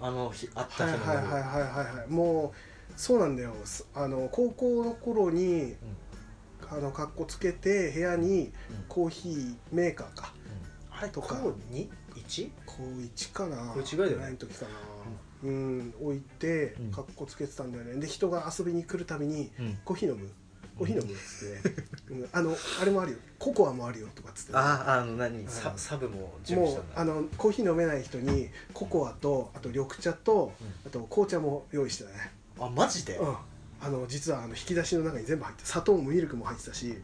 [SPEAKER 1] あは
[SPEAKER 2] あの日あっ
[SPEAKER 1] い
[SPEAKER 2] た
[SPEAKER 1] は
[SPEAKER 2] 日
[SPEAKER 1] い
[SPEAKER 2] の
[SPEAKER 1] はい
[SPEAKER 2] 夜
[SPEAKER 1] はいはいはいもうそうなんだよすあの高校の頃に、あのかっこつけて部屋に
[SPEAKER 2] うん
[SPEAKER 1] コーヒーメーカーか
[SPEAKER 2] あれ
[SPEAKER 1] と
[SPEAKER 2] と
[SPEAKER 1] か
[SPEAKER 2] か高 2?1?
[SPEAKER 1] 高1かな
[SPEAKER 2] 高一ぐらいだよね
[SPEAKER 1] の時かなうん、置いて
[SPEAKER 2] うん
[SPEAKER 1] かっこつけてたんだよねで人が遊びに来るたびに
[SPEAKER 2] うん
[SPEAKER 1] 「コーヒー飲むコーヒー飲む」っつって、ねうんあのあれもあるよココアもあるよ」とかっつってね、
[SPEAKER 2] あああの
[SPEAKER 1] う
[SPEAKER 2] 何サ
[SPEAKER 1] ん
[SPEAKER 2] サブも準備し
[SPEAKER 1] も
[SPEAKER 2] た
[SPEAKER 1] うん
[SPEAKER 2] だ
[SPEAKER 1] あのコーヒー飲めない人にココアとあと緑茶と、
[SPEAKER 2] うん
[SPEAKER 1] あと紅茶も用意してたね、
[SPEAKER 2] あマジで、
[SPEAKER 1] うん、あの実はあの引き出しの中に全部入ってた砂糖もミルクも入ってたし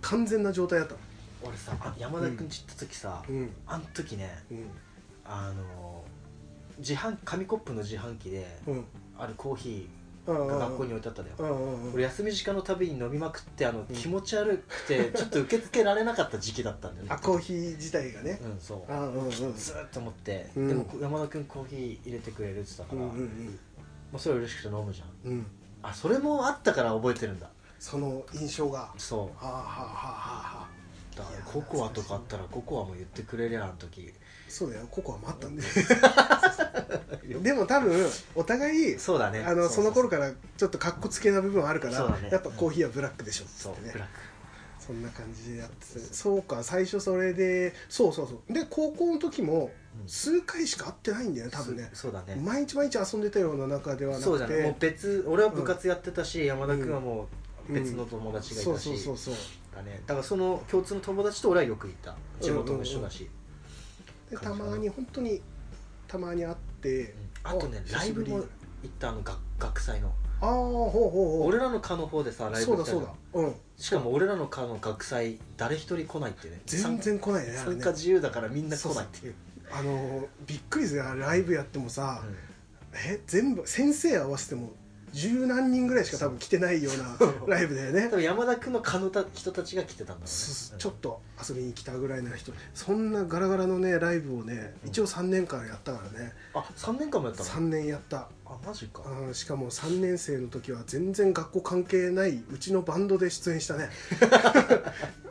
[SPEAKER 1] 完全な状態だったの
[SPEAKER 2] 俺さあ山田君ち行った時さ、
[SPEAKER 1] うん
[SPEAKER 2] あん時ね
[SPEAKER 1] うん
[SPEAKER 2] あの自販紙コップの自販機で
[SPEAKER 1] うん
[SPEAKER 2] あるコーヒ
[SPEAKER 1] うんう
[SPEAKER 2] ー
[SPEAKER 1] ん
[SPEAKER 2] が
[SPEAKER 1] うん
[SPEAKER 2] 学校に置いてあったんだよ、
[SPEAKER 1] うんうん
[SPEAKER 2] 俺休み時間のたびに飲みまくってあの
[SPEAKER 1] うん
[SPEAKER 2] 気持ち悪く
[SPEAKER 1] *laughs*
[SPEAKER 2] てちょっと受け付けられなかった時期だったんだよね
[SPEAKER 1] あコーヒー自体がね、
[SPEAKER 2] うんそ
[SPEAKER 1] あうんうん
[SPEAKER 2] うずーっと思って、
[SPEAKER 1] うん
[SPEAKER 2] でも山田君コーヒー入れてくれるって言ってた
[SPEAKER 1] う
[SPEAKER 2] から、
[SPEAKER 1] んうん
[SPEAKER 2] まあ、それ嬉しくて飲むじゃん
[SPEAKER 1] うんうん
[SPEAKER 2] あそれもあったから覚えてるんだ
[SPEAKER 1] その印象が
[SPEAKER 2] そ
[SPEAKER 1] はあはあはあはあはあ
[SPEAKER 2] うだか
[SPEAKER 1] い
[SPEAKER 2] ら
[SPEAKER 1] や
[SPEAKER 2] ココアとかあったらココアも言ってくれりゃあの時
[SPEAKER 1] そうだよココアもあったんで
[SPEAKER 2] *laughs*
[SPEAKER 1] でも多分お互い
[SPEAKER 2] そうだね
[SPEAKER 1] あのその頃からちょっとかっこつけな部分はあるから、
[SPEAKER 2] そうだね
[SPEAKER 1] やっぱコーヒーはブラックでしょっつ
[SPEAKER 2] そう
[SPEAKER 1] ってね
[SPEAKER 2] ブラッ
[SPEAKER 1] そんな感じでやっててそうか最初それでそうそうそうで高校の時も
[SPEAKER 2] うん
[SPEAKER 1] 数回しか会ってないんだよね
[SPEAKER 2] ク
[SPEAKER 1] 多分ね
[SPEAKER 2] そうそうだね
[SPEAKER 1] 毎日毎日遊んでたような中ではな
[SPEAKER 2] そうじ
[SPEAKER 1] く
[SPEAKER 2] ゃないも
[SPEAKER 1] て
[SPEAKER 2] う別俺は部活やってたし、山田君はもう別の友達がい
[SPEAKER 1] そう
[SPEAKER 2] た
[SPEAKER 1] そう
[SPEAKER 2] し
[SPEAKER 1] そうそう
[SPEAKER 2] だねだからその共通の友達と俺はよく行った地元も一緒だし、
[SPEAKER 1] でたまに本当にたまに会って
[SPEAKER 2] うんあとね
[SPEAKER 1] あ
[SPEAKER 2] ライブも行ったあの学学祭の
[SPEAKER 1] ああほうほうほう
[SPEAKER 2] 俺らの科の方でさライブ
[SPEAKER 1] そう
[SPEAKER 2] 行
[SPEAKER 1] だ
[SPEAKER 2] ったじゃ
[SPEAKER 1] そ
[SPEAKER 2] ん
[SPEAKER 1] うだうん
[SPEAKER 2] しかも俺らの科の学祭誰一人来ないってね
[SPEAKER 1] 全然来ないね
[SPEAKER 2] 参
[SPEAKER 1] あれ
[SPEAKER 2] 加参
[SPEAKER 1] ね
[SPEAKER 2] 加自由だからみんな来ないっていう
[SPEAKER 1] あのびっくりするよあれライブやってもさ、
[SPEAKER 2] うん
[SPEAKER 1] え全部先生合わせても十何人ぐらいしか多分来てないような
[SPEAKER 2] そう
[SPEAKER 1] ライブだよね
[SPEAKER 2] *laughs* 多分山田君の科のた人たちが来てたんだろうね
[SPEAKER 1] す
[SPEAKER 2] うん
[SPEAKER 1] ちょっと遊びに来たぐらいの人そんなガラガラのねライブをね
[SPEAKER 2] うん
[SPEAKER 1] 一応3年間やったからね
[SPEAKER 2] あ三3年間もやったの
[SPEAKER 1] 3年やった
[SPEAKER 2] あマジか
[SPEAKER 1] うんしかも3年生の時は全然学校関係ないうちのバンドで出演した
[SPEAKER 2] *laughs*
[SPEAKER 1] ね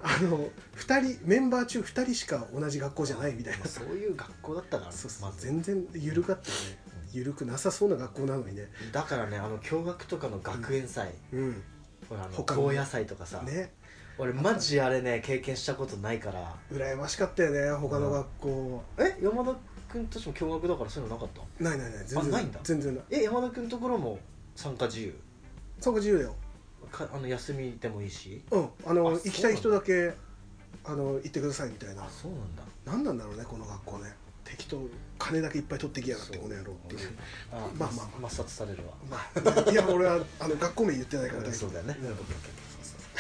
[SPEAKER 1] あの2人メンバー中2人しか同じ学校じゃないみたいな
[SPEAKER 2] そういう学校だったから
[SPEAKER 1] そうそう
[SPEAKER 2] まず
[SPEAKER 1] 全然緩かったよね緩くなさそうな学校なのにね
[SPEAKER 2] だからねあの共学とかの学園祭、
[SPEAKER 1] うん
[SPEAKER 2] ほらあの
[SPEAKER 1] 他の
[SPEAKER 2] 高野祭とかさ、
[SPEAKER 1] ね
[SPEAKER 2] 俺マジあれね経験したことないから
[SPEAKER 1] 羨ましかったよね他の学校
[SPEAKER 2] え山田君たちも共学だからそういうのなかった
[SPEAKER 1] ないないない全然
[SPEAKER 2] あないんだ
[SPEAKER 1] 全然ない
[SPEAKER 2] え山田君のところも参加自由
[SPEAKER 1] そこ自由だよ
[SPEAKER 2] かあの休みでもいいし
[SPEAKER 1] うん、あの
[SPEAKER 2] あ
[SPEAKER 1] 行きたい人だけあの行ってくださいみたいな
[SPEAKER 2] あそうなんだ
[SPEAKER 1] 何なんだろうねこの学校ね適当金だけいっぱい取ってきやがってこの野郎っていう
[SPEAKER 2] あ
[SPEAKER 1] ま
[SPEAKER 2] ま
[SPEAKER 1] あ
[SPEAKER 2] あ
[SPEAKER 1] ま
[SPEAKER 2] ま
[SPEAKER 1] あ
[SPEAKER 2] あ抹殺されるわ
[SPEAKER 1] まあいや俺はあの学校名言ってないから大丈
[SPEAKER 2] そうだよね
[SPEAKER 1] うん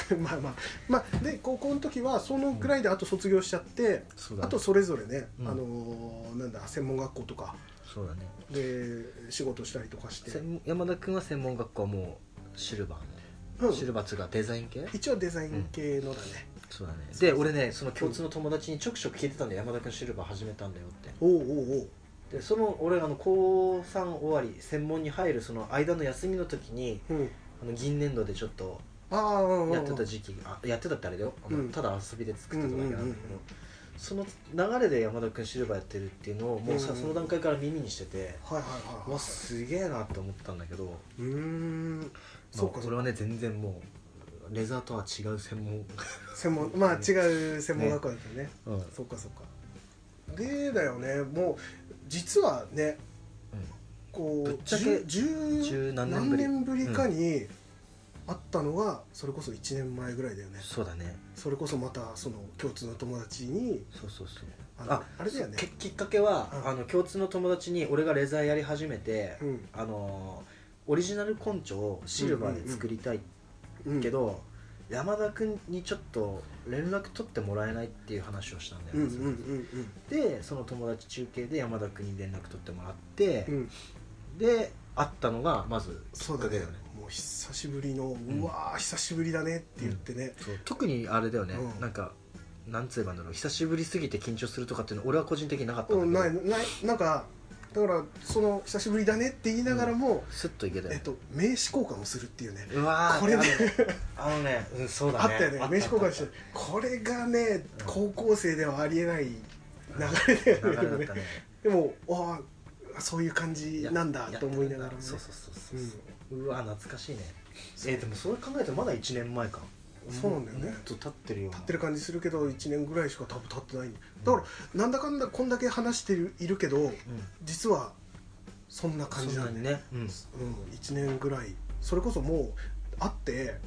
[SPEAKER 1] *laughs* まあまあまあで高校の時はそのぐらいであと卒業しちゃって、
[SPEAKER 2] そうだね
[SPEAKER 1] あとそれぞれね、
[SPEAKER 2] うん
[SPEAKER 1] あのーなんだ専門学校とか
[SPEAKER 2] そうだね
[SPEAKER 1] で仕事したりとかして、
[SPEAKER 2] 専山田君は専門学校はもうシルバーの、
[SPEAKER 1] うん
[SPEAKER 2] シルバーっつうかデザイン系
[SPEAKER 1] 一応デザイン系のだね、
[SPEAKER 2] そうだねで俺ねその共通の友達にちょくちょく聞いてたんで山田君シルバー始めたんだよって
[SPEAKER 1] おうおうおう
[SPEAKER 2] でその俺あの高3終わり専門に入るその間の休みの時に
[SPEAKER 1] うん
[SPEAKER 2] あの銀粘土でちょっと
[SPEAKER 1] ああうんうんうん
[SPEAKER 2] やってた時期あやってたってあれだよ、あの
[SPEAKER 1] うん
[SPEAKER 2] ただ遊びで作ったとかなんだけ
[SPEAKER 1] う
[SPEAKER 2] ど、
[SPEAKER 1] んうんうんうん
[SPEAKER 2] その流れで山田君シルバーやってるっていうのをもう
[SPEAKER 1] うん
[SPEAKER 2] さ、
[SPEAKER 1] うん
[SPEAKER 2] その段階から耳にしてて、
[SPEAKER 1] はいはいはいはいう
[SPEAKER 2] わすげえなって思ったんだけど、ま
[SPEAKER 1] うーん
[SPEAKER 2] あ
[SPEAKER 1] そうかそう
[SPEAKER 2] 俺
[SPEAKER 1] か
[SPEAKER 2] はね全然もうレザーとは違う専門、
[SPEAKER 1] 専門まあ違う専門学校だったよね
[SPEAKER 2] うんうん
[SPEAKER 1] そうかそうかでだよねもう実はねこ
[SPEAKER 2] ぶっ
[SPEAKER 1] う
[SPEAKER 2] ちゃけ
[SPEAKER 1] 十十
[SPEAKER 2] 十何年
[SPEAKER 1] 何
[SPEAKER 2] ぶり
[SPEAKER 1] 年ぶりかにあったのがそれこそ1年前ぐらいだよね
[SPEAKER 2] *laughs* そうだね
[SPEAKER 1] それこそまたその共通の友達に
[SPEAKER 2] そうそうそう
[SPEAKER 1] あのあれだよね
[SPEAKER 2] ききっかけは、
[SPEAKER 1] うん
[SPEAKER 2] あの共通の友達に俺がレザーやり始めて、
[SPEAKER 1] うん
[SPEAKER 2] あのーオリジナル根拠をシルバーで作りたい
[SPEAKER 1] うん
[SPEAKER 2] けど、山田君にちょっと連絡取ってもらえないっていう話をしたんだよ
[SPEAKER 1] うん
[SPEAKER 2] ね
[SPEAKER 1] うんうんうん
[SPEAKER 2] でその友達中継で山田君に連絡取ってもらって、
[SPEAKER 1] うん
[SPEAKER 2] で会ったのがまずき
[SPEAKER 1] そ
[SPEAKER 2] っ
[SPEAKER 1] うだ
[SPEAKER 2] かけ
[SPEAKER 1] ね
[SPEAKER 2] だよね
[SPEAKER 1] もう久しぶりのうわー久しぶりだねって言ってね
[SPEAKER 2] そう特にあれだよね、
[SPEAKER 1] うん
[SPEAKER 2] なんかなんつえばいいんだろう久しぶりすぎて緊張するとかっていうの俺は個人的になかったん
[SPEAKER 1] う
[SPEAKER 2] だけ
[SPEAKER 1] ん
[SPEAKER 2] ど、
[SPEAKER 1] ないないなんかだからその久しぶりだねって言いながらも、
[SPEAKER 2] スッといけたよ、
[SPEAKER 1] えっと、名刺交換をするっていうね
[SPEAKER 2] うわー
[SPEAKER 1] これね
[SPEAKER 2] あのあのね、うん、そうだ
[SPEAKER 1] あ
[SPEAKER 2] ね
[SPEAKER 1] ったよね
[SPEAKER 2] あ
[SPEAKER 1] 名刺交換して
[SPEAKER 2] あっ
[SPEAKER 1] これがね
[SPEAKER 2] うん
[SPEAKER 1] 高校生ではありえない流れ
[SPEAKER 2] た
[SPEAKER 1] だよね,でもね、
[SPEAKER 2] 流れだったね
[SPEAKER 1] でもああそういう感
[SPEAKER 2] い
[SPEAKER 1] じ
[SPEAKER 2] や
[SPEAKER 1] *laughs* なんだと思いながらも、ね、
[SPEAKER 2] そうそうそうそうそううわ懐かしいねえーでもそれ考えたらまだ1年前か
[SPEAKER 1] そうなんだよね
[SPEAKER 2] もっと経ってるよ
[SPEAKER 1] 立ってる感じするけど1年ぐらいしか多分経ってないだからなんだかんだこんだけ話してるいるけど
[SPEAKER 2] うん
[SPEAKER 1] 実はそんな感じな
[SPEAKER 2] そ
[SPEAKER 1] ん
[SPEAKER 2] ん
[SPEAKER 1] だ
[SPEAKER 2] な
[SPEAKER 1] よ
[SPEAKER 2] に
[SPEAKER 1] ね
[SPEAKER 2] ねうん
[SPEAKER 1] うん、1年ぐらいそれこそもう会って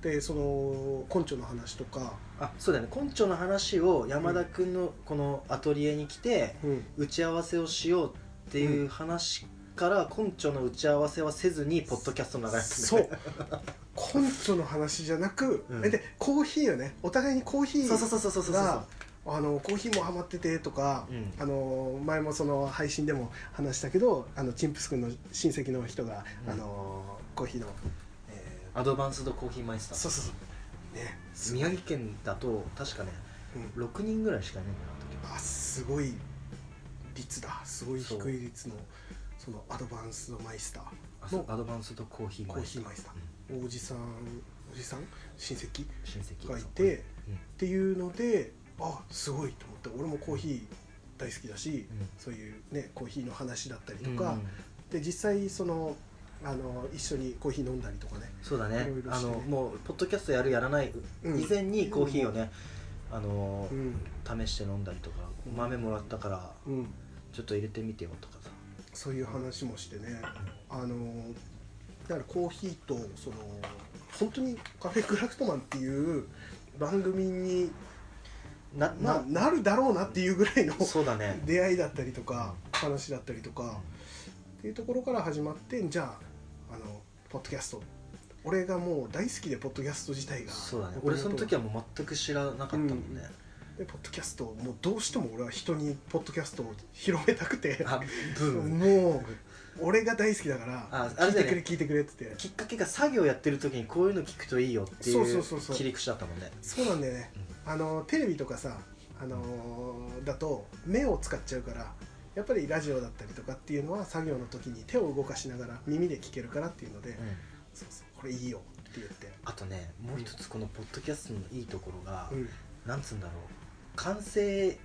[SPEAKER 1] でその根拠の話とか、
[SPEAKER 2] あそうだよね根拠の話を山田君のこのアトリエに来て
[SPEAKER 1] うん、
[SPEAKER 2] 打ち合わせをしようっていう話から根拠の打ち合わせはせずにポッドキャストの流れ
[SPEAKER 1] そう根拠の話じゃなく、
[SPEAKER 2] うん
[SPEAKER 1] えでコーヒーよねお互いにコーヒー
[SPEAKER 2] そうそうそうそうそうそうそう
[SPEAKER 1] があのコーヒーもハマっててとか、
[SPEAKER 2] うん
[SPEAKER 1] あの前もその配信でも話したけどあのチンプス君の親戚の人が、
[SPEAKER 2] うん
[SPEAKER 1] あのコーヒーの、え
[SPEAKER 2] アドバンスドコーヒーマイス
[SPEAKER 1] ー
[SPEAKER 2] ター
[SPEAKER 1] そうそうそうねす
[SPEAKER 2] 宮城県だと確かね
[SPEAKER 1] うん
[SPEAKER 2] 6人ぐらいしかいないんだなあの時
[SPEAKER 1] あすごい率だすごい低い率のそのアドバンスのマイスタ
[SPEAKER 2] あ
[SPEAKER 1] ーの
[SPEAKER 2] そうアドバンスドコーヒー
[SPEAKER 1] コ
[SPEAKER 2] マ
[SPEAKER 1] ー
[SPEAKER 2] イス
[SPEAKER 1] ヒ
[SPEAKER 2] タ
[SPEAKER 1] ー
[SPEAKER 2] ー
[SPEAKER 1] マイスターおじさんおじさん親戚
[SPEAKER 2] 親戚
[SPEAKER 1] がいて
[SPEAKER 2] うん
[SPEAKER 1] っていうのであすごいと思って俺もコーヒー大好きだし、
[SPEAKER 2] うん
[SPEAKER 1] そういうねコーヒーの話だったりと
[SPEAKER 2] うん
[SPEAKER 1] か、で実際そのあの一緒にコーヒー飲んだりとかね
[SPEAKER 2] そうだね
[SPEAKER 1] いろいろ
[SPEAKER 2] あ
[SPEAKER 1] して
[SPEAKER 2] の
[SPEAKER 1] ね
[SPEAKER 2] もうポッドキャストやるやらない
[SPEAKER 1] うん
[SPEAKER 2] 以前にコーヒーをね、あの
[SPEAKER 1] う
[SPEAKER 2] ー
[SPEAKER 1] ん
[SPEAKER 2] 試して飲んだりとか
[SPEAKER 1] うん
[SPEAKER 2] 豆もらったから
[SPEAKER 1] うん
[SPEAKER 2] ちょっと入れてみてよとかさ
[SPEAKER 1] そういう話もしてねあのだからコーヒーとその本当にカフェクラフトマンっていう番組に
[SPEAKER 2] な
[SPEAKER 1] まあ
[SPEAKER 2] な、
[SPEAKER 1] なるだろうなっていうぐらいの
[SPEAKER 2] そうだね
[SPEAKER 1] 出会いだったりとか話だったりとかっていうところから始まってじゃああのポッドキャスト俺がもう大好きでポッドキャスト自体が
[SPEAKER 2] そうだね俺その時はもう全く知らなかったもんね、
[SPEAKER 1] でポッドキャストをもうどうしても俺は人にポッドキャストを広めたく
[SPEAKER 2] *laughs*
[SPEAKER 1] て
[SPEAKER 2] あブーム
[SPEAKER 1] もう俺が大好きだから
[SPEAKER 2] ああ
[SPEAKER 1] 聞
[SPEAKER 2] れ
[SPEAKER 1] い
[SPEAKER 2] だ
[SPEAKER 1] て
[SPEAKER 2] よね
[SPEAKER 1] くれ聞いてくれって言って
[SPEAKER 2] きっかけが作業やってる時にこういうの聞くといいよってい
[SPEAKER 1] そうそううそうそう
[SPEAKER 2] 切り口だったもんね
[SPEAKER 1] そうなんだよねあのテレビとかさあのーだと目を使っちゃうからやっぱりラジオだったりとかっていうのは作業の時に手を動かしながら耳で聞けるからっていうので、
[SPEAKER 2] うん
[SPEAKER 1] そうそうこれいいよって言って、
[SPEAKER 2] あとねもう一つこのポッドキャストのいいところが、
[SPEAKER 1] うん、
[SPEAKER 2] なんつうんだろう完成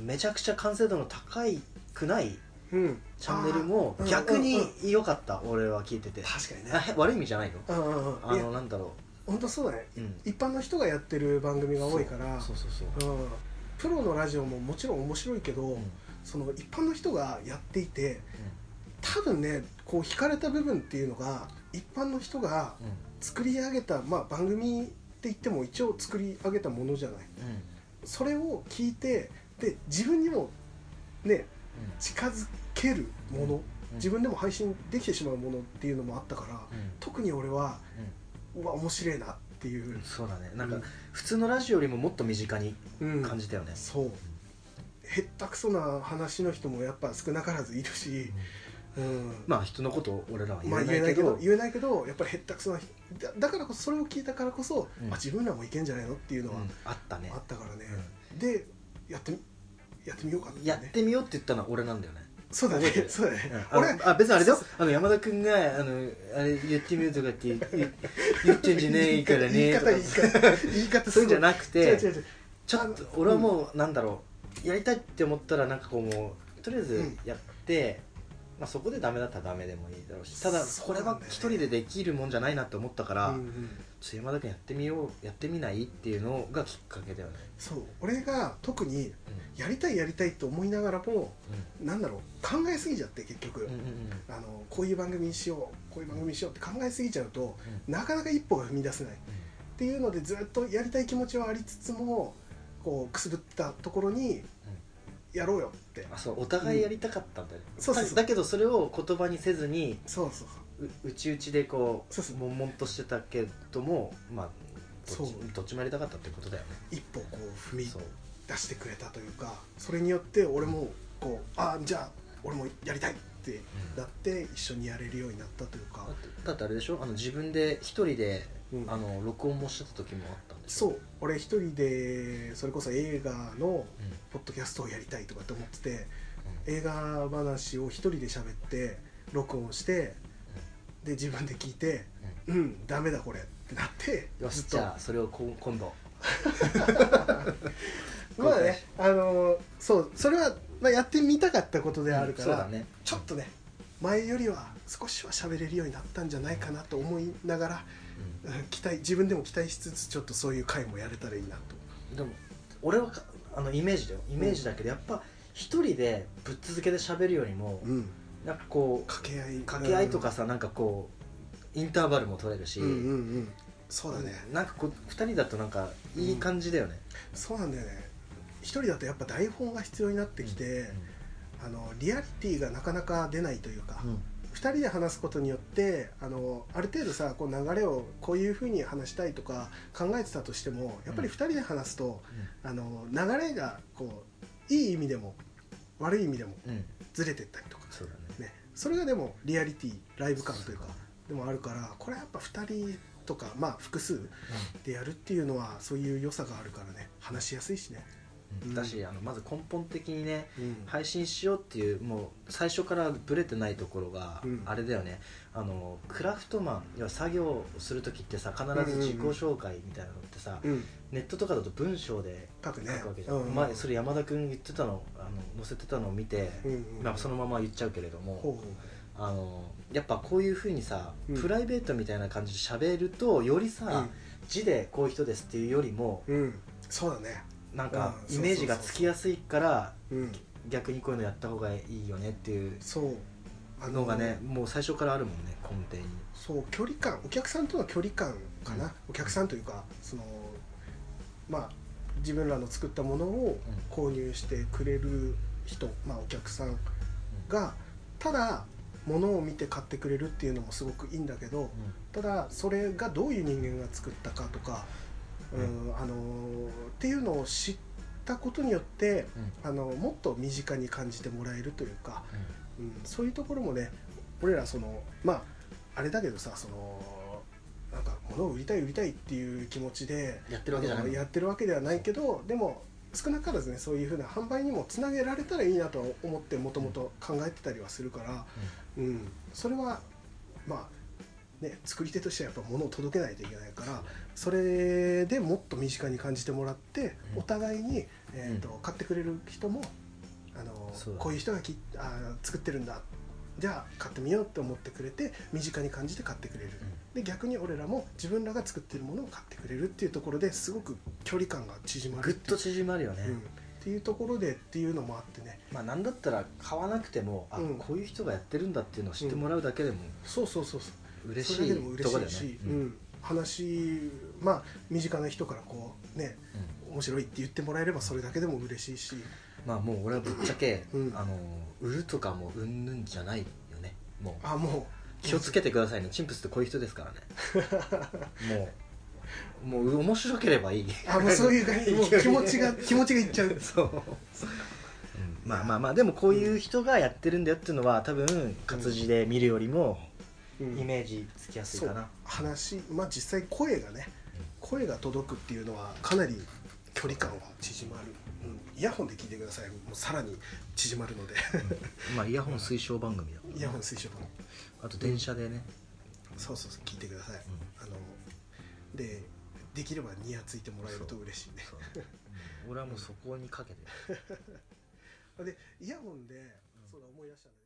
[SPEAKER 2] めちゃくちゃ完成度の高いくない
[SPEAKER 1] うん、
[SPEAKER 2] チャンネルも
[SPEAKER 1] あー
[SPEAKER 2] 逆に
[SPEAKER 1] うんうんうん
[SPEAKER 2] 良かった、俺は聞いてて
[SPEAKER 1] 確かにね
[SPEAKER 2] あへ悪い意味じゃないよ
[SPEAKER 1] うんうんう
[SPEAKER 2] あ
[SPEAKER 1] んいや
[SPEAKER 2] のなんだろ
[SPEAKER 1] 本当そうだね
[SPEAKER 2] う、うん、
[SPEAKER 1] 一般の人がやってる番組が多いから
[SPEAKER 2] そうそうそう
[SPEAKER 1] う、
[SPEAKER 2] そ
[SPEAKER 1] ん、プロのラジオももちろん面白いけど、
[SPEAKER 2] う、うんうん
[SPEAKER 1] その一般の人がやっていて多分ねこう惹かれた部分っていうのが一般の人が
[SPEAKER 2] うん
[SPEAKER 1] 作り上げた、まあ、番組って言っても一応作り上げたものじゃない
[SPEAKER 2] うん
[SPEAKER 1] それを聞いてで自分にもね
[SPEAKER 2] うん
[SPEAKER 1] 近づけるもの、
[SPEAKER 2] うん
[SPEAKER 1] 自分でも配信できてしまうものっていうのもあったから、
[SPEAKER 2] うん
[SPEAKER 1] 特に俺はうわ面白いなっていう
[SPEAKER 2] うん、そうだねなん
[SPEAKER 1] う
[SPEAKER 2] か
[SPEAKER 1] ん
[SPEAKER 2] 普通のラジオよりももっと身近に
[SPEAKER 1] うん
[SPEAKER 2] 感じたよね、
[SPEAKER 1] そうへったくそな話の人もやっぱ少なからずいるし、うん
[SPEAKER 2] まあ人のことを俺らは言
[SPEAKER 1] まあ
[SPEAKER 2] えな
[SPEAKER 1] 言えな
[SPEAKER 2] いけ
[SPEAKER 1] いけ
[SPEAKER 2] ど,、
[SPEAKER 1] ど言えないけどやっぱりへったくそな人だだからこそそれを聞いたからこそ、
[SPEAKER 2] うん
[SPEAKER 1] あ自分らもいけんじゃないのっていうのは
[SPEAKER 2] うんあったね
[SPEAKER 1] あったからね、でやってみやってみようかってね
[SPEAKER 2] やってみようって言ったのは俺なんだよね
[SPEAKER 1] そうだね
[SPEAKER 2] 覚えてる
[SPEAKER 1] そうだね
[SPEAKER 2] うん、あ
[SPEAKER 1] 俺
[SPEAKER 2] のあ別にあれだよあの山田君があのあれ言ってみようとかって言言言ってんじゃねえから
[SPEAKER 1] 言い
[SPEAKER 2] ねと
[SPEAKER 1] 方
[SPEAKER 2] か
[SPEAKER 1] 言い方言い方
[SPEAKER 2] そういうんじゃ
[SPEAKER 1] い
[SPEAKER 2] なく
[SPEAKER 1] 違う違う
[SPEAKER 2] て
[SPEAKER 1] 違う
[SPEAKER 2] ちょっと俺はもうなんだろうやりたいって思ったらなんかこうもうとりあえずやって、まあ、そこでダメだったらダメでもいいだろうしただ
[SPEAKER 1] そ
[SPEAKER 2] こ
[SPEAKER 1] うな
[SPEAKER 2] れ
[SPEAKER 1] んだよ
[SPEAKER 2] は
[SPEAKER 1] ね
[SPEAKER 2] 一人でできるもんじゃないなって思ったから、
[SPEAKER 1] うんうん
[SPEAKER 2] ちょっと山田君やってみようやってみないっていうのがきっかけだよね、
[SPEAKER 1] そう俺が特に
[SPEAKER 2] うん
[SPEAKER 1] やりたいやりたいと思いながらも
[SPEAKER 2] う
[SPEAKER 1] なんだろう考えすぎちゃって結局、
[SPEAKER 2] んうんうん
[SPEAKER 1] あのこういう番組にしようこういう番組にしようって考えすぎちゃうと
[SPEAKER 2] うん
[SPEAKER 1] なかなか一歩が踏み出せないっ
[SPEAKER 2] うん
[SPEAKER 1] ていうのでずっとやりたい気持ちはありつつもこうくすぶったところにやろうよって
[SPEAKER 2] あそうお互いやりたかったんだよね、
[SPEAKER 1] うんそうそうそう
[SPEAKER 2] だだけどそれを言葉にせずに
[SPEAKER 1] そうそう
[SPEAKER 2] ううちうちでこう
[SPEAKER 1] そうそう
[SPEAKER 2] 悶々としてたけどもまあどっち
[SPEAKER 1] そう
[SPEAKER 2] どっちもやりたかったってことだよね
[SPEAKER 1] 一歩こう踏み
[SPEAKER 2] そう
[SPEAKER 1] 出してくれたというかそれによって俺もこうあじゃあ俺もやりたいってなって一緒にやれるようになったというか
[SPEAKER 2] だってだってあれでしょあの自分で一人で、
[SPEAKER 1] うん
[SPEAKER 2] あの録音もしてた時もあったんでしょ
[SPEAKER 1] そう俺一人でそれこそ映画の
[SPEAKER 2] うん、
[SPEAKER 1] ポッドキャストをやりたいとかって思ってて
[SPEAKER 2] う
[SPEAKER 1] 映画話を一人で喋って録音してで自分で聞いて
[SPEAKER 2] んうん
[SPEAKER 1] うんダメだこれってなって
[SPEAKER 2] よしじゃあそれをこう今度
[SPEAKER 1] まあねあのーそうそれは、まあ、やってみたかったことであるか
[SPEAKER 2] そう
[SPEAKER 1] ら、
[SPEAKER 2] だね
[SPEAKER 1] ちょっとね前よりは少しは喋れるようになったんじゃないかなと思いながら、
[SPEAKER 2] う
[SPEAKER 1] うん期待自分でも期待しつつちょっとそういう回もやれたらいいなと
[SPEAKER 2] んでも俺はかあのイメージだよイメージだけどやっぱ一人でぶっ続けで喋るよりも、
[SPEAKER 1] うん
[SPEAKER 2] なんかこう
[SPEAKER 1] 掛け合い
[SPEAKER 2] 掛け合いとかさ、なんかこうインターバルも取れるし、
[SPEAKER 1] うんうんうんうんそうだね、
[SPEAKER 2] なんかこう2人だとなんかいい感じだよね、
[SPEAKER 1] そうなんだよね一人だとやっぱ台本が必要になってきて、あのリアリティがなかなか出ないというか、
[SPEAKER 2] うん
[SPEAKER 1] 2人で話すことによってあのある程度さこう流れをこういうふうに話したいとか考えてたとしてもやっぱり2人で話すと、あの流れがこういい意味でも悪い意味でも
[SPEAKER 2] うん、うん、
[SPEAKER 1] ずれてったりとか、
[SPEAKER 2] そうだね
[SPEAKER 1] ね、それがでもリアリティライブ感というか
[SPEAKER 2] そ
[SPEAKER 1] で
[SPEAKER 2] う
[SPEAKER 1] もあるからこれはやっぱ2人とかまあ複数でやるっていうのはそういう良さがあるからね話しやすいしね。
[SPEAKER 2] うん
[SPEAKER 1] うん
[SPEAKER 2] だしあのまず根本的にね
[SPEAKER 1] うん
[SPEAKER 2] 配信しようっていうもう最初からブレてないところが、
[SPEAKER 1] うん
[SPEAKER 2] あれだよねあのクラフトマン要は作業をする時ってさ必ず自己紹介みたいなのってさ、
[SPEAKER 1] うん
[SPEAKER 2] ネットとかだと文章で
[SPEAKER 1] 書くね
[SPEAKER 2] 書くわけじゃ、
[SPEAKER 1] うんんうん
[SPEAKER 2] 前それ山田君言ってたのあの載せてたのを見て、
[SPEAKER 1] うんうん
[SPEAKER 2] まあ、そのまま言っちゃうけれども、
[SPEAKER 1] ほうほう
[SPEAKER 2] あのやっぱこういうふうにさ、
[SPEAKER 1] うん
[SPEAKER 2] プライベートみたいな感じで喋るとよりさ、
[SPEAKER 1] うん
[SPEAKER 2] 字でこういう人ですっていうよりも
[SPEAKER 1] うんそうだね
[SPEAKER 2] なんか
[SPEAKER 1] うん
[SPEAKER 2] イメージがつきやすいから
[SPEAKER 1] うん
[SPEAKER 2] 逆にこういうのやった方がいいよねっていう
[SPEAKER 1] そうあ
[SPEAKER 2] のがねもう最初からあるもんね根底に
[SPEAKER 1] そう距離感お客さんとの距離感かな、
[SPEAKER 2] うん
[SPEAKER 1] お客さんというかそのまあ自分らの作ったものを購入してくれる人、まあ、お客さんがただ物を見て買ってくれるっていうのもすごくいいんだけどただそれがどういう人間が作ったかとか、うんあのーっていうのを知ったことによってあのもっと身近に感じてもらえるというか、うん、そういうところもね俺らそのまああれだけどさそのなんか物を売りたい売りたいっていう気持ちで
[SPEAKER 2] やってるわけじゃない
[SPEAKER 1] あのやってるわけではないけどでも少なからずねそういうふうな販売にもつなげられたらいいなとは思ってもともと考えてたりはするから、うん、それはまあね作り手としてはやっぱ物を届けないといけないからそれでもっと身近に感じてもらって、
[SPEAKER 2] うん
[SPEAKER 1] お互いに、えーと買ってくれる人もあの
[SPEAKER 2] そうだね
[SPEAKER 1] こういう人がきあー作ってるんだじゃあ買ってみようって思ってくれて身近に感じて買ってくれる、で逆に俺らも自分らが作ってるものを買ってくれるっていうところですごく距離感が縮まる
[SPEAKER 2] ぐ
[SPEAKER 1] っ
[SPEAKER 2] って
[SPEAKER 1] い
[SPEAKER 2] と
[SPEAKER 1] う
[SPEAKER 2] 縮まるよね、
[SPEAKER 1] うんっていうところでっていうのもあってね
[SPEAKER 2] まあなんだったら買わなくてもあ、
[SPEAKER 1] うん
[SPEAKER 2] こういう人がやってるんだっていうのを知ってもらうだけでも
[SPEAKER 1] そうそうそうそう
[SPEAKER 2] 嬉し
[SPEAKER 1] それ
[SPEAKER 2] い
[SPEAKER 1] だけでも
[SPEAKER 2] と
[SPEAKER 1] 嬉
[SPEAKER 2] こ
[SPEAKER 1] し
[SPEAKER 2] だよ
[SPEAKER 1] いし
[SPEAKER 2] ね、
[SPEAKER 1] うん話まあ身近な人からこうね面白いって言ってもらえればそれだけでも嬉しいし
[SPEAKER 2] まあもう俺はぶっちゃけ、
[SPEAKER 1] うん
[SPEAKER 2] あの売るとかもうんぬんじゃないよねもう
[SPEAKER 1] あもう
[SPEAKER 2] 気をつけてくださいねチンプスってこういう人で
[SPEAKER 1] *laughs*
[SPEAKER 2] すからねもうもう面白ければいい
[SPEAKER 1] あもうそういう
[SPEAKER 2] *laughs*
[SPEAKER 1] 感じもう気持ちが気持ちがいっちゃう
[SPEAKER 2] そう、うんまあまあまあでもこういう人がやってるんだよっていうのは多分活字で見るよりも
[SPEAKER 1] うん
[SPEAKER 2] イメージつきやすい
[SPEAKER 1] そ
[SPEAKER 2] か
[SPEAKER 1] う
[SPEAKER 2] な、
[SPEAKER 1] 話まあ実際声がね声が届くっていうのはかなり距離感は縮まる、うん、イヤホンで聞いてくださいもうさらに縮まるので *laughs*
[SPEAKER 2] まあイヤホン推奨番組だからね
[SPEAKER 1] イヤホン推奨版
[SPEAKER 2] あと電車でね、
[SPEAKER 1] そうそうそう聞いてください、
[SPEAKER 2] うん
[SPEAKER 1] あのでできればニヤついてもらえると嬉しいね
[SPEAKER 2] 俺はもうそこにかけてる
[SPEAKER 1] でイヤホンでそうだ思い出したんだけど